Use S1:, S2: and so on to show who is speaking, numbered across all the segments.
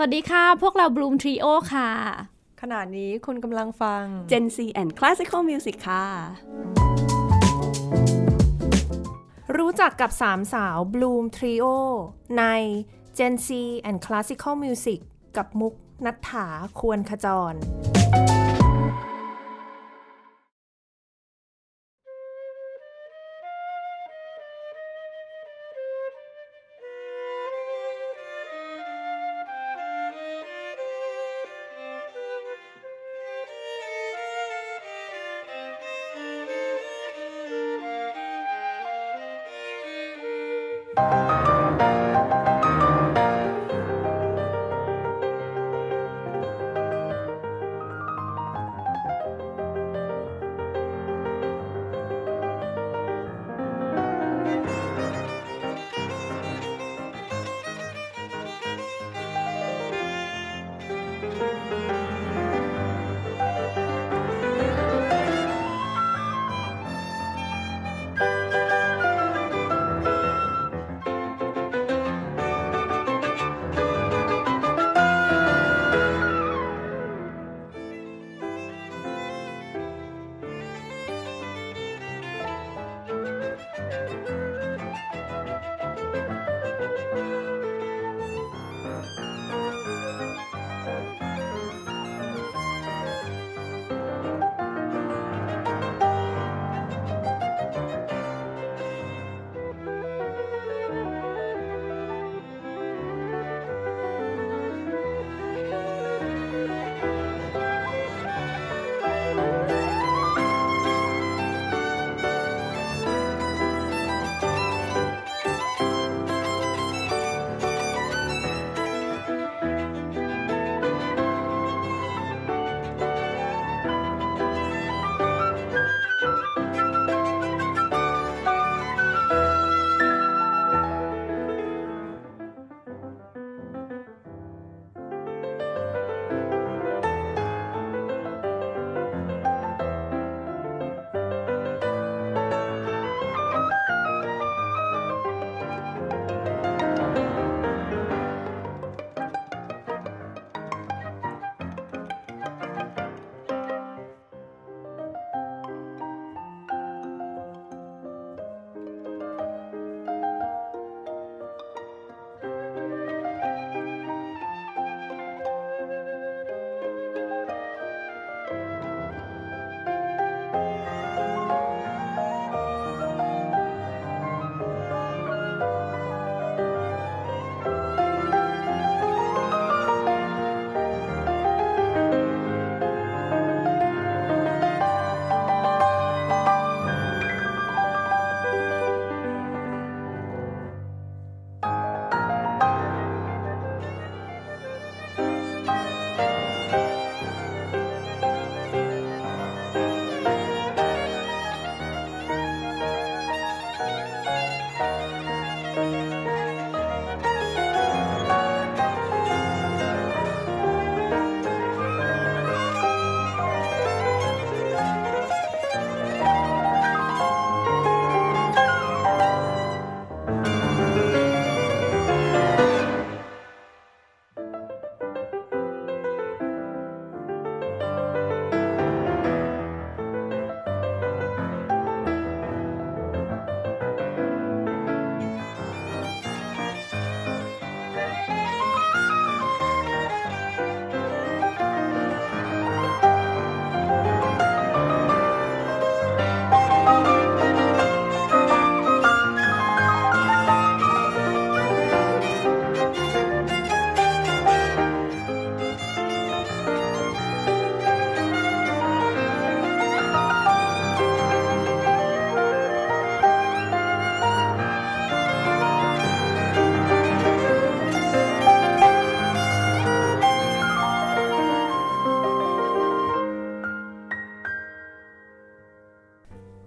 S1: วัสดีค่ะ พวกเรา Bloom Trio ค่ะ
S2: ขณะนี้คุณกำลังฟัง
S3: Gen C and Classical Music ค่ะ
S4: รู้จักกับสามสาว Bloom Trio ใน Gen C and Classical Music กับมุกนัฐถาควรขจร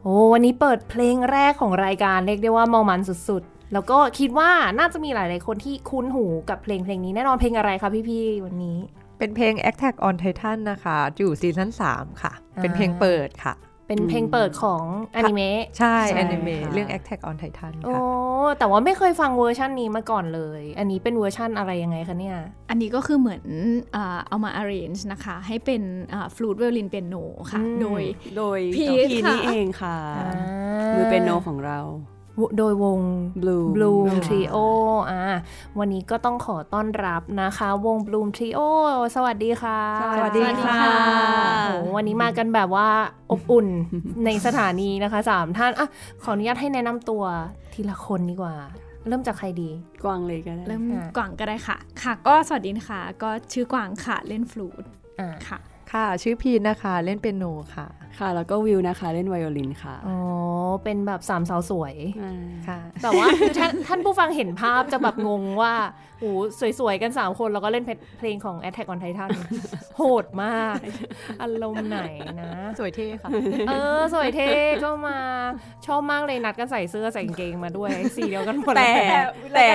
S4: โอ้วันนี้เปิดเพลงแรกของรายการเรียกได้ว่าเมามันสุดๆ แล้วก็คิดว่าน่าจะมีหลายๆคนที่คุ้นหูกับเพลงเพลงนี้แน่นอนเพลงอะไรคะพี่ๆวันนี้
S2: เป็นเพลง Attack on Titan นะคะ อยู่ซีซั่น3ค่ะ เป็นเพลงเปิดค่ะ
S4: เป็น เป็นเพลงเปิดของอนิเมะ
S2: ใช่
S3: ใช่
S2: แอนิเมะ
S3: ค่ะ
S2: เรื่อง Attack on Titan
S4: โอ้
S2: ค่ะ
S4: แต่ว่าไม่เคยฟังเวอร์ชันนี้มาก่อนเลย อันนี้เป็นเวอร์ชันอะไรยังไงคะเนี่ย
S1: อันนี้ก็คือเหมือนอ่าเอามา arrange นะคะ ให้เป็นฟลูดเวลินเปียโนค่ะ
S4: อืม
S1: โดย
S3: โดย
S1: พีท
S3: พีท
S1: ค่ะ
S3: นี่เองค่ะ
S4: อ่า
S3: มือเป็นโนของเรา
S4: โดยวง
S3: Bloom
S4: Bloom
S3: ค่ะ
S4: Trio อ่าวันนี้ก็ต้องขอต้อนรับนะคะ วง Bloom Trio สวัสดีค่ะ
S3: สวัสดีค่ะ
S4: โอ้โหวันนี้มากันแบบว่าอบอุ่น ในสถานีนะคะสามท่านอ่ะขออนุญาตให้แนะนำตัวทีละคนดีกว่า เริ่มจากใครดี
S3: กวางเลยก็ได้
S1: เริ่ม
S4: ค่ะ
S1: กวางก็ได้ค่ะ ค่ะ ก็สวัสดีนะคะ ก็ชื่อกวางค่ะ เล่นฟลูด
S4: อ่า
S1: ค่ะ
S2: ค่ะ ชื่อพีนนะคะ เล่นเปียโนค่ะ
S3: ค่ะ แล้วก็วิวนะคะ เล่นไวโอลินค่ะ
S4: อ๋อเป็นแบบสามสาวสวย
S3: า
S2: ค่ะ
S4: แต่ว่าคือท่านท่านผู้ฟังเห็นภาพจะแบบงงว่าโอ้สวยๆ กัน 3 คนแล้วก็เล่นเพลงของ Attack on Titan โหดมาก อารมณ์ไหนนะ
S2: สวยเท่ค่ะ
S4: เออ สวยเท่ก็มาชอบมากเลยนัดกันใส่เสื้อใส่กางเกงมาด้วยสีเดียวกันหมดเลย
S3: แต่แต่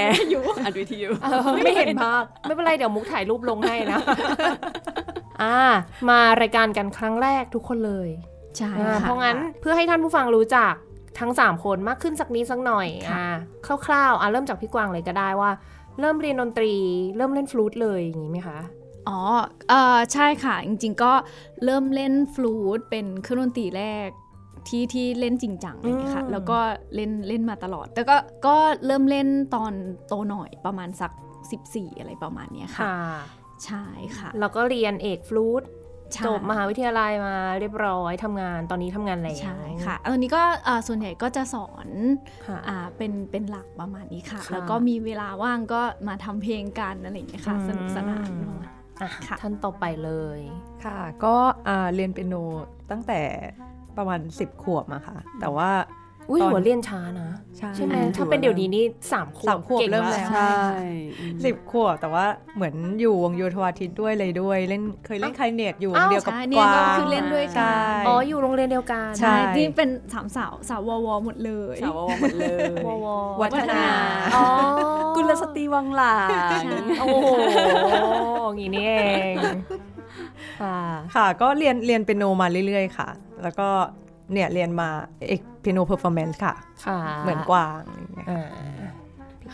S3: อัดวิทยุ
S4: เออไม่เห็นภาพไม่เป็นไร เดี๋ยวมุกถ่ายรูปลงให้นะ อ่ามารายการกันครั้งแรกทุกคนเลย
S1: ใช่
S4: อ่า
S1: ค่ะ
S4: เพราะงั้นเพื่อให้ท่านผู้ฟังรู้จักทั้ง 3 คนมากขึ้นสักนิดสักหน่อยอ่าคร่าวๆอ่ะเริ่มจากพี่กวางเลยก็ได้ว่า เริ่มเรียนดนตรี เริ่มเล่นฟลูตเลยอย่างนี้ไหมคะ
S1: อ๋อเออใช่ค่ะ จริงๆ ก็เริ่มเล่นฟลูดเป็นเครื่องดนตรีแรกที่ที่เล่นจริงจังอะไรอย่างเลยค่ะ
S4: อืม
S1: แล้วก็เล่นเล่นมาตลอด แต่ก็ก็เริ่มเล่นตอนโตหน่อยประมาณสัก 14 อะไรประมาณเนี้ยค่ะ ใช่ค่ะ
S4: แล้วก็เรียนเอกฟลูต
S1: ใช่
S4: จบมหาวิทยาลัยมาเรียบร้อยทำงานตอนนี้ทำงานแล้ว
S1: ใช่ค่ะตอนนี้ก็เอ่อส่วนใหญ่ก็จะสอน
S4: ค่ะ
S1: อ่าเป็นเป็นหลักประมาณนี้ค่ะ
S4: ค่ะ
S1: แล้วก็มีเวลาว่างก็มาทำเพลงกันอะไรอย่างเงี้ยค่ะ สนุกสนานประมาณ
S4: อ่ะ
S1: ค่ะ
S4: ท่านต่อไปเลย
S2: ค่ะ ก็อ่าเรียนเปียโนตั้งแต่ประมาณ 10 ขวบมาค่ะ แต่ว่า
S4: อุ้ย
S2: ตอน
S4: หัวเรียนช้านะ
S2: ใช่
S4: ใช่ไหม
S3: อืม
S4: ถ้าเป็นเดี๋ยวนี้นี่สามขวบ
S2: สามขวบ
S4: ก่
S2: เริ่ม
S4: งาก
S2: แล้ว
S3: ใช่
S2: สิบขวบแต่ว่าเหมือนอยู่วงโยธวาทิตด้วยเลยด้วย เล่นเคยเล่นไคลเนตอยู่วงเดียวกับ
S1: ใช่เนี่ยว
S2: กา
S1: ก็
S2: ง
S1: คือเล่นด้วยกั
S2: ใช่
S1: น
S4: อ๋ออยู่โรงเรียนเดียวกัน
S2: ใช่
S1: ใช่ที่เป็นสามสาวสาววอวอหมดเลย
S3: สาววหมดเลยว
S4: ว
S2: วัฒนา
S4: อ๋อ
S3: กุลสตรีวังหลา
S1: ใช่
S3: ง
S4: โอ้โหอย่างนี้นี่เองค่ะ
S2: ค่ะ ก็เรียนเรียนเปียโนมาเรื่อยๆค่ะ แล้วก็เนี่ยเรียนมาเอกเปียโนเพอร์ฟอร์แมนซ์ค่ะ
S4: ค่ะ
S2: เหมือนกวางอะไรอย่างเงี้ย ค่ะ
S4: อ่า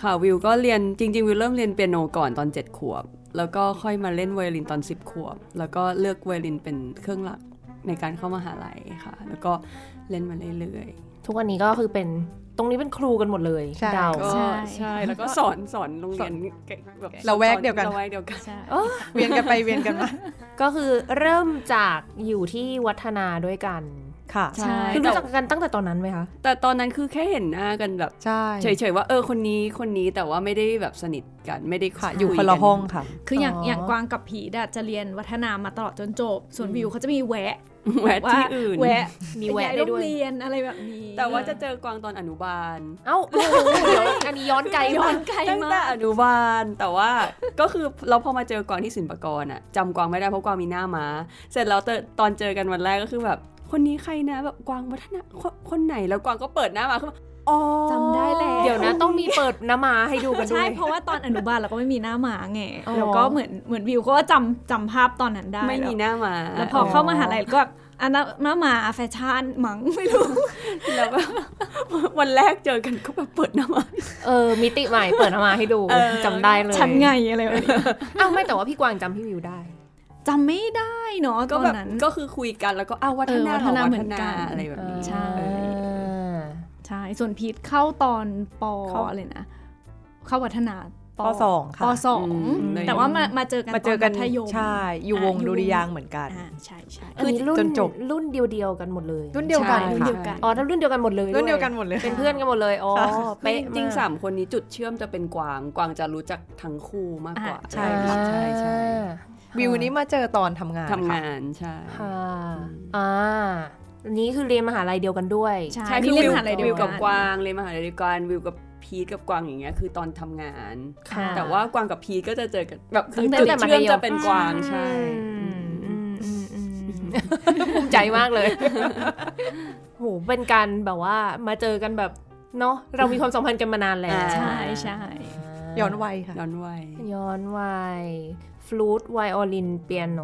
S3: ค่ะวิวก็เรียนจริง ๆ วิวเริ่มเรียนเปียโนก่อนตอน 7 ขวบ แล้วก็ค่อยมาเล่นไวโอลินตอน 10 ขวบ แล้วก็เลือกไวโอลินเป็นเครื่องหลักในการเข้ามาหาลัยค่ะ แล้วก็เล่นมาเรื่อยๆ
S4: ทุกวันนี้ก็คือเป็นตรงนี้เป็นครูกันหมดเลย
S2: ใช่
S4: เดา
S3: ก็
S1: ใช่
S3: ใช่แล้วก็สอนสอนโรงเรียนแบบ
S2: ระแวกเดียวกัน
S3: ระแวกเดียวกัน
S1: ใช่
S2: เวียนกันไปเวียนกันมา
S4: ก็คือเริ่มจากอยู่ที่วัฒนาด้วยกัน
S2: ค่ะ
S1: ใช่
S4: คือรู้จักกันตั้งแต่ตอนนั้นไหมคะ
S3: แต่ตอนนั้นคือแค่เห็นหน้ากันแบบ
S2: ใช่
S3: เฉยๆว่าเออคนนี้คนนี้แต่ว่าไม่ได้แบบสนิทกันไม่ได้
S2: ค่ะ
S3: ย
S2: อยู่คนละห้อง
S3: กั
S2: ค่ะ
S1: คืออย่าง
S4: อ๋ออ
S1: อย่างกวางกับผีดอะจะเรียนวัฒนามาตลอดจนจบ ส่วนวิวเขาจะมีแวะ
S3: นแวะ
S1: ว่า
S3: ที่อื่น
S1: แวะ
S4: มีแวะ
S1: ไปย้าย
S4: ได้ด้วย
S1: โรงเรียนอะไรแบบนี้
S3: แต่ว่าจะเจอกวางตอนอนุบาล
S4: เอ้าโอ้โหเดี๋ยวอันนี้ย้อนไกล
S1: ย้อ
S4: มาก
S1: นไกล
S3: ตั้งแต่
S1: มาก
S3: อนุบาลแต่ว่า ก็คือเราพอมาเจอกวางที่ศิลปากรอ่ะจำกวางไม่ได้เพราะกวางมีหน้าม้าเสร็จแล้วเตตอนเจอกันวันแรกก็คือแบบ คนนี้ใครนะแบบกวางวัฒนะคนคนไหนแล้วกวางก็เปิดหน้ามาขึ้นมาอ๋อ
S1: จำได้แล้ว
S4: เดี๋ยวนะต้องมีเปิดน้ำมาให้ดูกันด้
S1: ใช่
S4: วย
S1: เพราะว่าตอนอนุบาลเราก็ไม่มีหน้าหมาไง
S4: อ๋อ
S1: แล้วก็เหมือนเหมือนวิวก็จำจำภาพตอนนั้นได้
S3: ไม่มี
S1: แล้ว
S3: หน้ามา
S1: แล้วพอเข้ามหาลัยก็แบบอันนั้นหน้าหมาแฟชั่นมั้งไม่รู้
S3: แล้วก็ วันแรกเจอกันก็แบบเปิดหน้ามา
S4: เออมิติใหม่เปิดน้ำมาให้ดู
S3: เออ
S4: จำได้เลย
S1: ฉันไงอะไรแบบนี้
S4: เอ้าไม่แต่ว่าพี่กวางจำพี่วิวได้
S1: จำไม่ได้เนาะ
S3: ก็
S1: ตอน
S3: แบบ
S1: นั้น
S3: ก็คือคุยกันแล้วก็อ้าววัฒ
S1: เออ
S3: นา
S1: วัฒนา
S3: หร
S1: เหมือนกัน
S3: อะไรแบบนี้
S1: ใช่
S4: เออ
S1: ใช่ ส่วนพีทเข้าตอนปอ
S2: เข้า
S1: อะไรนะ เข้าวัฒนาป
S2: ปสองค่ะ
S1: ปสอง
S3: อืม
S1: แต่ว่ามามาเจอกัน
S2: มาเจอกัน
S1: ตมัธยม
S2: ใช่ อยู่วงดุริยางค์เหมือนกัน
S1: อ่าใช่ใช่
S4: อันนี้รุ่น
S2: จนจบ
S4: รุ่นเดียวๆกันหมดเลย
S2: รุ่นเดียวกัน
S1: ใช่
S2: ค่ะ
S1: เดียวกัน
S4: อ๋อรุ่นเดียวกันหมดเลย
S2: รุ่นเดียวกันหมดเลย
S4: เป็นเพื่อนกันหมดเลยอ๋อ
S3: เป๊ะ
S4: เป๊ะ
S3: จริง
S4: ก
S3: ๆสามคนนี้จุดเชื่อมจะเป็นกวางกวางจะรู้จักทั้งคู่มากกว่า
S1: อ่ะ
S2: ใช่
S3: อะไรแบบนี้ใช่ใช่
S4: อ่า
S2: วิวนี้มาเจอตอนทำงาน
S3: ทำ
S2: ค่ะ
S3: งานใช่
S4: ค่ะอ่าอันนี้คือเรียนมหาลัยเดียวกันด้วย
S1: ใช่
S3: ใช่
S1: นี่
S3: คือ
S1: เล่น
S3: วิว
S1: มหาลัยเดี
S3: วิ
S1: ยว กั
S3: กับ
S1: น
S3: กวางเลยนมหาลัยเดียวกันวิวกับพีทกับกวางอย่างเงี้ยคือตอนทำงาน
S4: ค่ะ
S3: แต่ว่ากวางกับพีทก็จะเจอกันแบบคือ
S4: ตั้
S3: จุ
S4: ง
S3: ด
S4: แต่มัธ
S3: เชื่อม
S4: ยม
S3: จะเป็นกวางใช่
S4: อืมอืมอืมอืมภูมิใจมากเลย โห เป็นการแบบว่ามาเจอกันแบบเนาะ เรามีความสัมพันธ์กันมานานแล้ว
S3: อ่า
S1: ใช่ใช่
S2: ย้อนวัยค่ะ
S3: ย้อนวัย
S4: ย้อนวัยฟลูตไวโอลิน เปียโน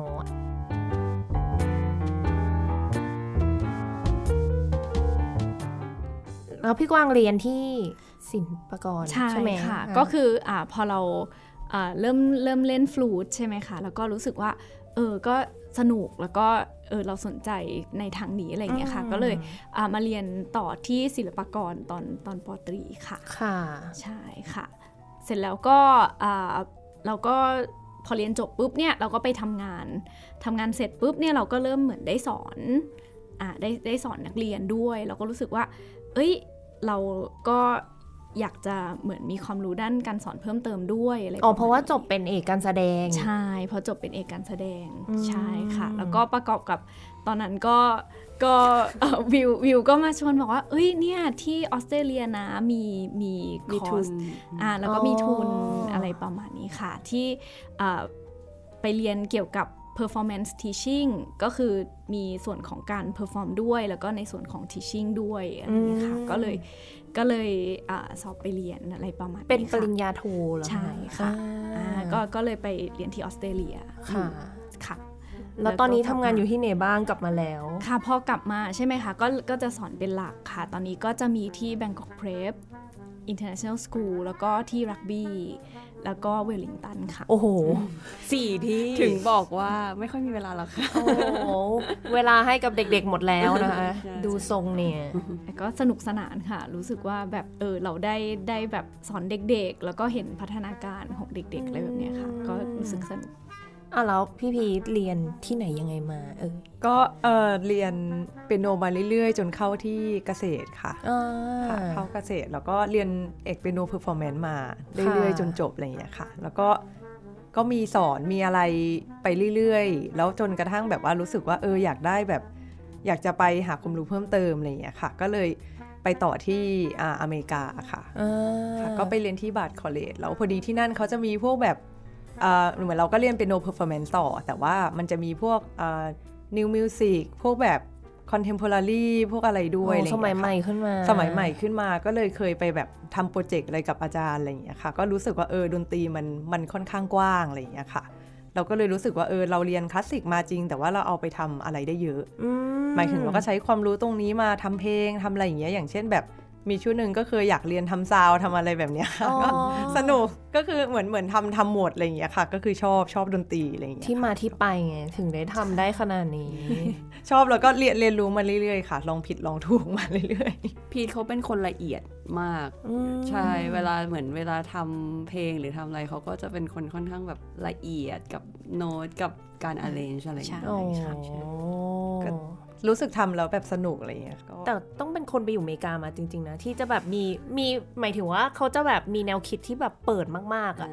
S4: แล้วพี่กวางเรียนที่ศิลปากร
S1: ใช่
S4: ไหม
S1: ค่ะ
S4: อ่า
S1: ก็คืออ่าพอเราอ่าเริ่มเริ่มเล่นฟลูดใช่ไหมคะแล้วก็รู้สึกว่าเออก็สนุกแล้วก็เออเราสนใจในทางนี้อะไรอย่างเงี้ยค่ะ
S4: อืม
S1: ก็เลยอ่ามาเรียนต่อที่ศิลปากรตอนตอนปอตรีค่ะ
S4: ค่ะ
S1: ใช่ค่ะ เสร็จแล้วก็อ่าเราก็พอเรียนจบปุ๊บเนี่ยเราก็ไปทำงานทำงานเสร็จปุ๊บเนี่ยเราก็เริ่มเหมือนได้สอนอ่าได้ได้สอนนักเรียนด้วย เราก็รู้สึกว่า เอ้ยเราก็อยากจะเหมือนมีความรู้ด้านการสอนเพิ่มเติมด้วยอะไร
S4: อ๋อ เพราะว่า
S1: ปมณ
S4: จ
S1: นี้
S4: บเป็นเอกการแสดง
S1: ใช่เพราะจบเป็นเอกการแสดง
S4: อืม
S1: ใช่ค่ะ แล้วก็ประกอบกับตอนนั้นก็ก็เอ่อวิววิวก็มาชวนบอกว่า เอ้ยเนี่ยที่ออสเตรเลียนะมีมี
S3: มี
S1: คอ
S3: ทุ
S1: ร์
S3: น
S1: ส อ่าแล้วก็มีทุน
S4: อ๋ออ
S1: อะไรประมาณนี้ค่ะ ที่อ่าไปเรียนเกี่ยวกับ performance teaching ก็คือมีส่วนของการ perform ด้วย แล้วก็ในส่วนของ teaching ด้วยอะไรอย่างนี้ค่ะ
S4: อืม
S1: ก็เลยก็เลยอาสอบไปเรียนอะไรประมาณนี้
S4: เป็นปริญ
S1: ค่ะ
S4: ญาโทเหรอ
S1: ใช่ค่ะ
S4: อ่า
S1: อ่าก็ก็เลยไปเรียนที่ออสเตรเลีย
S4: ค่ะ
S1: ค่ะ
S4: แล้วตอนนี้ทำงานอยู่ที่ไหนบ้างกลับมาแล้ว
S1: ค่ะพอกลับมาใช่ไหมคะก็ก็จะสอนเป็นหลักค่ะ ตอนนี้ก็จะมีที่ Bangkok Prep International School แล้วก็ที่รักบี้แล้วก็เวลลิงตันค่ะ
S4: โอ้โห
S3: สี่ที่ถึงบอกว่าไม่ค่อยมีเวลาหรอกค่ะ
S4: โอ้โห เวลาให้กับเด็กๆหมดแล้วนะคะ
S3: ใช่
S4: ดูทรงเนี่ย
S1: แต่ก็สนุกสนานค่ะ รู้สึกว่าแบบเออเราได้ได้แบบสอนเด็กๆ แล้วก็เห็นพัฒนาการของเด็กๆอะไรแบบเนี้ยค่ะ ก็รู้สึกสนุก
S4: อ่ะแล้วพี่พีทเรียนที่ไหนยังไงมาเออ
S2: ก็เออเรียนเปียโนมาเรื่อยๆ จนเข้าที่เกษตรค่ะ
S4: อ่
S2: ค่ะ
S4: า
S2: เข้าเกษตรแล้วก็เรียนเอกเปียโนเพอร์ฟอร์แมนซ์มาเรื่อยๆ
S4: ค่ะ
S2: จนจบอะไรอย่างเงี้ยค่ะ แล้วก็ก็มีสอนมีอะไรไปเรื่อยๆ แล้วจนกระทั่งแบบว่ารู้สึกว่าเอออยากได้แบบอยากจะไปหาความรู้เพิ่มเติมอะไรอย่างเงี้ยค่ะ ก็เลยไปต่อที่อ่าอเมริกาค่ะ
S4: อ่า
S2: ค่ะก็ไปเรียนที่บาทคอลเลจแล้วพอดีที่นั่นเขาจะมีพวกแบบเอ่อเหมือนเราก็เรียนเป็นโนเพอร์ฟอร์แมนซ์ต่อ แต่ว่ามันจะมีพวกนิวมิวสิกพวกแบบคอนเทม p o ร a รีพวกอะไรด้วยอะไรอ
S4: โอ้ส
S2: ย่าง
S4: มั
S2: เงี้
S4: ย
S2: ย
S4: ให
S2: ค่ะ
S4: ม่ขึ้นมา
S2: สมัยใหม่ขึ้นมาก็เลยเคยไปแบบทำโปรเจกต์อะไรกับอาจารย์อะไรอย่างเงี้ยค่ะ ก็รู้สึกว่าเออดนตรีมันมันค่อนข้างกว้างอะไรอย่างเงี้ยค่ะ เราก็เลยรู้สึกว่าเออเราเรียนคลาสสิกมาจริง แต่ว่าเราเอาไปทำอะไรได้เยอะ
S4: อื
S2: หมายถึงเราก็ใช้ความรู้ตรงนี้มาทำเพลงทำอะไรอย่างเงี้ยอย่างเช่นแบบมีช่วงหนึ่งก็เคยอยากเรียนทำซาวด์ทำอะไรแบบเนี้ยค่ะ
S4: อ๋อ
S2: ก็สนุกก็คือเหมือนเหมือนทำทำหมดอะไรอย่างเงี้ยค่ะ ก็คือชอบชอบดนตรีอะไรอย่างเงี้ย
S4: ที่มาที่ไปไง ถึงได้ทำได้ขนาดนี้
S2: ชอบแล้วก็เรียนเรียนรู้มาเรื่อยๆค่ะ ลองผิดลองถูกมาเรื่อย
S3: พีทเขาเป็นคนละเอียดมาก
S4: อืม
S3: ใช่เวลาเหมือนเวลาทำเพลงหรือทำอะไรเขาก็จะเป็นคนค่อนข้างแบบละเอียดกับโน้ตกับการ arrange อะไรอย่างเงี้ย
S1: ใช่
S4: โอ้
S3: ใช่ใช่
S2: ๆ รู้สึกทำแล้วแบบสนุกอะไรอย่างเงี้ยก็
S4: แต่ต้องเป็นคนไปอยู่อเมริกามาจริง ๆ นะ ที่จะแบบมีมีหมายถึงว่าเขาจะแบบมีแนวคิดที่แบบเปิดมาก ๆอะ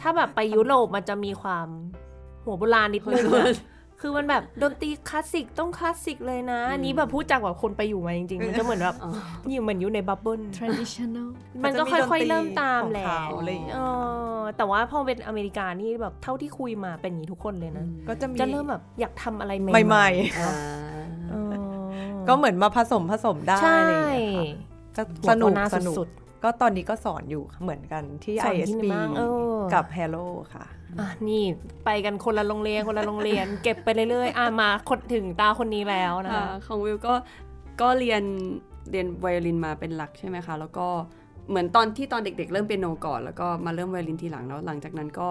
S4: ถ้าแบบไปยุโรปมันจะมีความหัวโบราณนิดนึง อะคือมันแบบดนตรีคลาสสิกต้องคลาสสิกเลยนะอันนี้แบบพูดจากแบบคนไปอยู่มาจริงๆมันจะเหมือนแบบ
S3: อ๋อ
S4: อยู่เหมือนอยู่ในบับเบิ้ล
S1: traditional
S4: มันก็ค่อยๆ เริ่มตามแหละ
S2: ของเขาอะไรอย่างเงี้ย
S4: เออแต่ว่าพอเป็นอเมริกานี่แบบเท่าที่คุยมาเป็นอย่างนี้ทุกคนเลยนะ
S2: ก็จะมี
S4: จะเริ่มแบบอยากทำอะไร
S2: ใหม่
S3: อ่า
S4: เออ
S2: ๆ ก็เหมือนมาผสมผสมได้
S4: ใช่
S2: อะไรอย่างเงี้ยค่ะก็
S4: ส
S2: ส
S4: นุ
S2: นุ
S4: ก
S2: ก
S4: ส
S2: ส
S4: นุ
S2: นุ
S4: ก
S2: ก
S4: สุด
S2: ก็ตอนนี้ก็สอนอยู่ค่ะเหมือนกันที่
S4: สอนที่
S2: ISB
S4: ไหนบ้างเออ
S2: กับ Hello ค่ะ
S4: อ่ะนี่ไปกันคนละโรงเรียนคนละโรงเรียน เก็บไปเรื่อยๆอ่ะมาคนถึงตาคนนี้แล้วนะ
S3: อ่า
S4: คะ
S3: ของวิวก็ก็เรียนเรียนไวโอลินมาเป็นหลักใช่ไหมคะ แล้วก็เหมือนตอนที่ตอนเด็ก ๆ เริ่มเปียโนก่อน แล้วก็มาเริ่มไวโอลินทีหลังแล้วหลังจากนั้นก็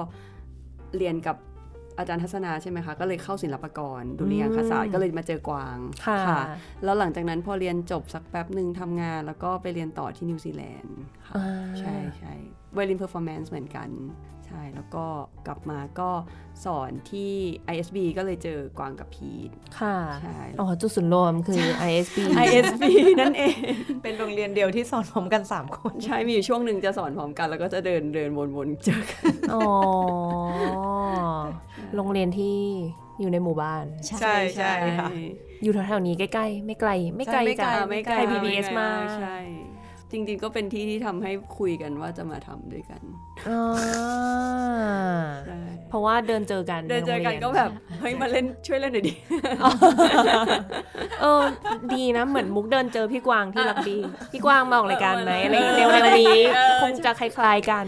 S3: เรียนกับอาจารย์ทัศนาใช่ไหมคะ ก็เลยเข้าศิลปากรดุริยางคศาสต
S4: อื
S3: ร์
S4: ม
S3: ก็เลยมาเจอกวาง
S4: ค่ะ
S3: แล้วหลังจากนั้นพอเรียนจบสักแป๊บหนึ่งทำงาน แล้วก็ไปเรียนต่อที่นิวซีแลนด์ค่ะ
S4: อ่า
S3: ใช่ใช่ไวลินเพอร์ฟอร์แมนซ์เหมือนกัน ใช่แล้วก็กลับมาก็สอนที่ ISB ก็เลยเจอกวางกับพีท
S4: ค่ะ
S3: ใช่
S4: อ๋อจุดศูนย์รวมคือ ISB
S3: ISB นั่นเอง
S2: เป็นโรงเรียนเดียวที่สอนพร้อมกัน 3 คน
S3: ใช่มีอยู่ช่วงหนึ่งจะสอนพร้อมกันแล้วก็จะเดินเดินวนๆเจอกัน
S4: อ๋อโรงเรียนที่อยู่ในหมู่บ้าน
S2: ใช่ใช่ค่ะ
S4: อยู่แถวๆนี้ใกล้ๆ ไม่ไกล ไม่ไกล
S2: ใช่ไม่ไกล
S4: จาก
S3: อ่าไม่ไกล
S4: ไทย PBS มาก
S3: ใช่ จริงๆก็เป็นที่ที่ทำให้คุยกันว่าจะมาทำด้วยกัน
S4: อ่า
S3: ใช่
S4: เพราะว่าเดินเจอกัน
S3: เดินเจอกัน
S4: ใโรงรีย
S3: ก็แบบ เฮ้ย มาเล่นช่วยเล่นหน่อยดิ
S4: เออ ดีนะ เหมือนมุกเดินเจอพี่กวางที่ลักบี้พี่กวางมาออกรายการไหม
S3: เออ
S4: อะไรอย่างเงี้ยเร็วๆนี้
S3: เออ
S4: คงจะคล้ายๆกัน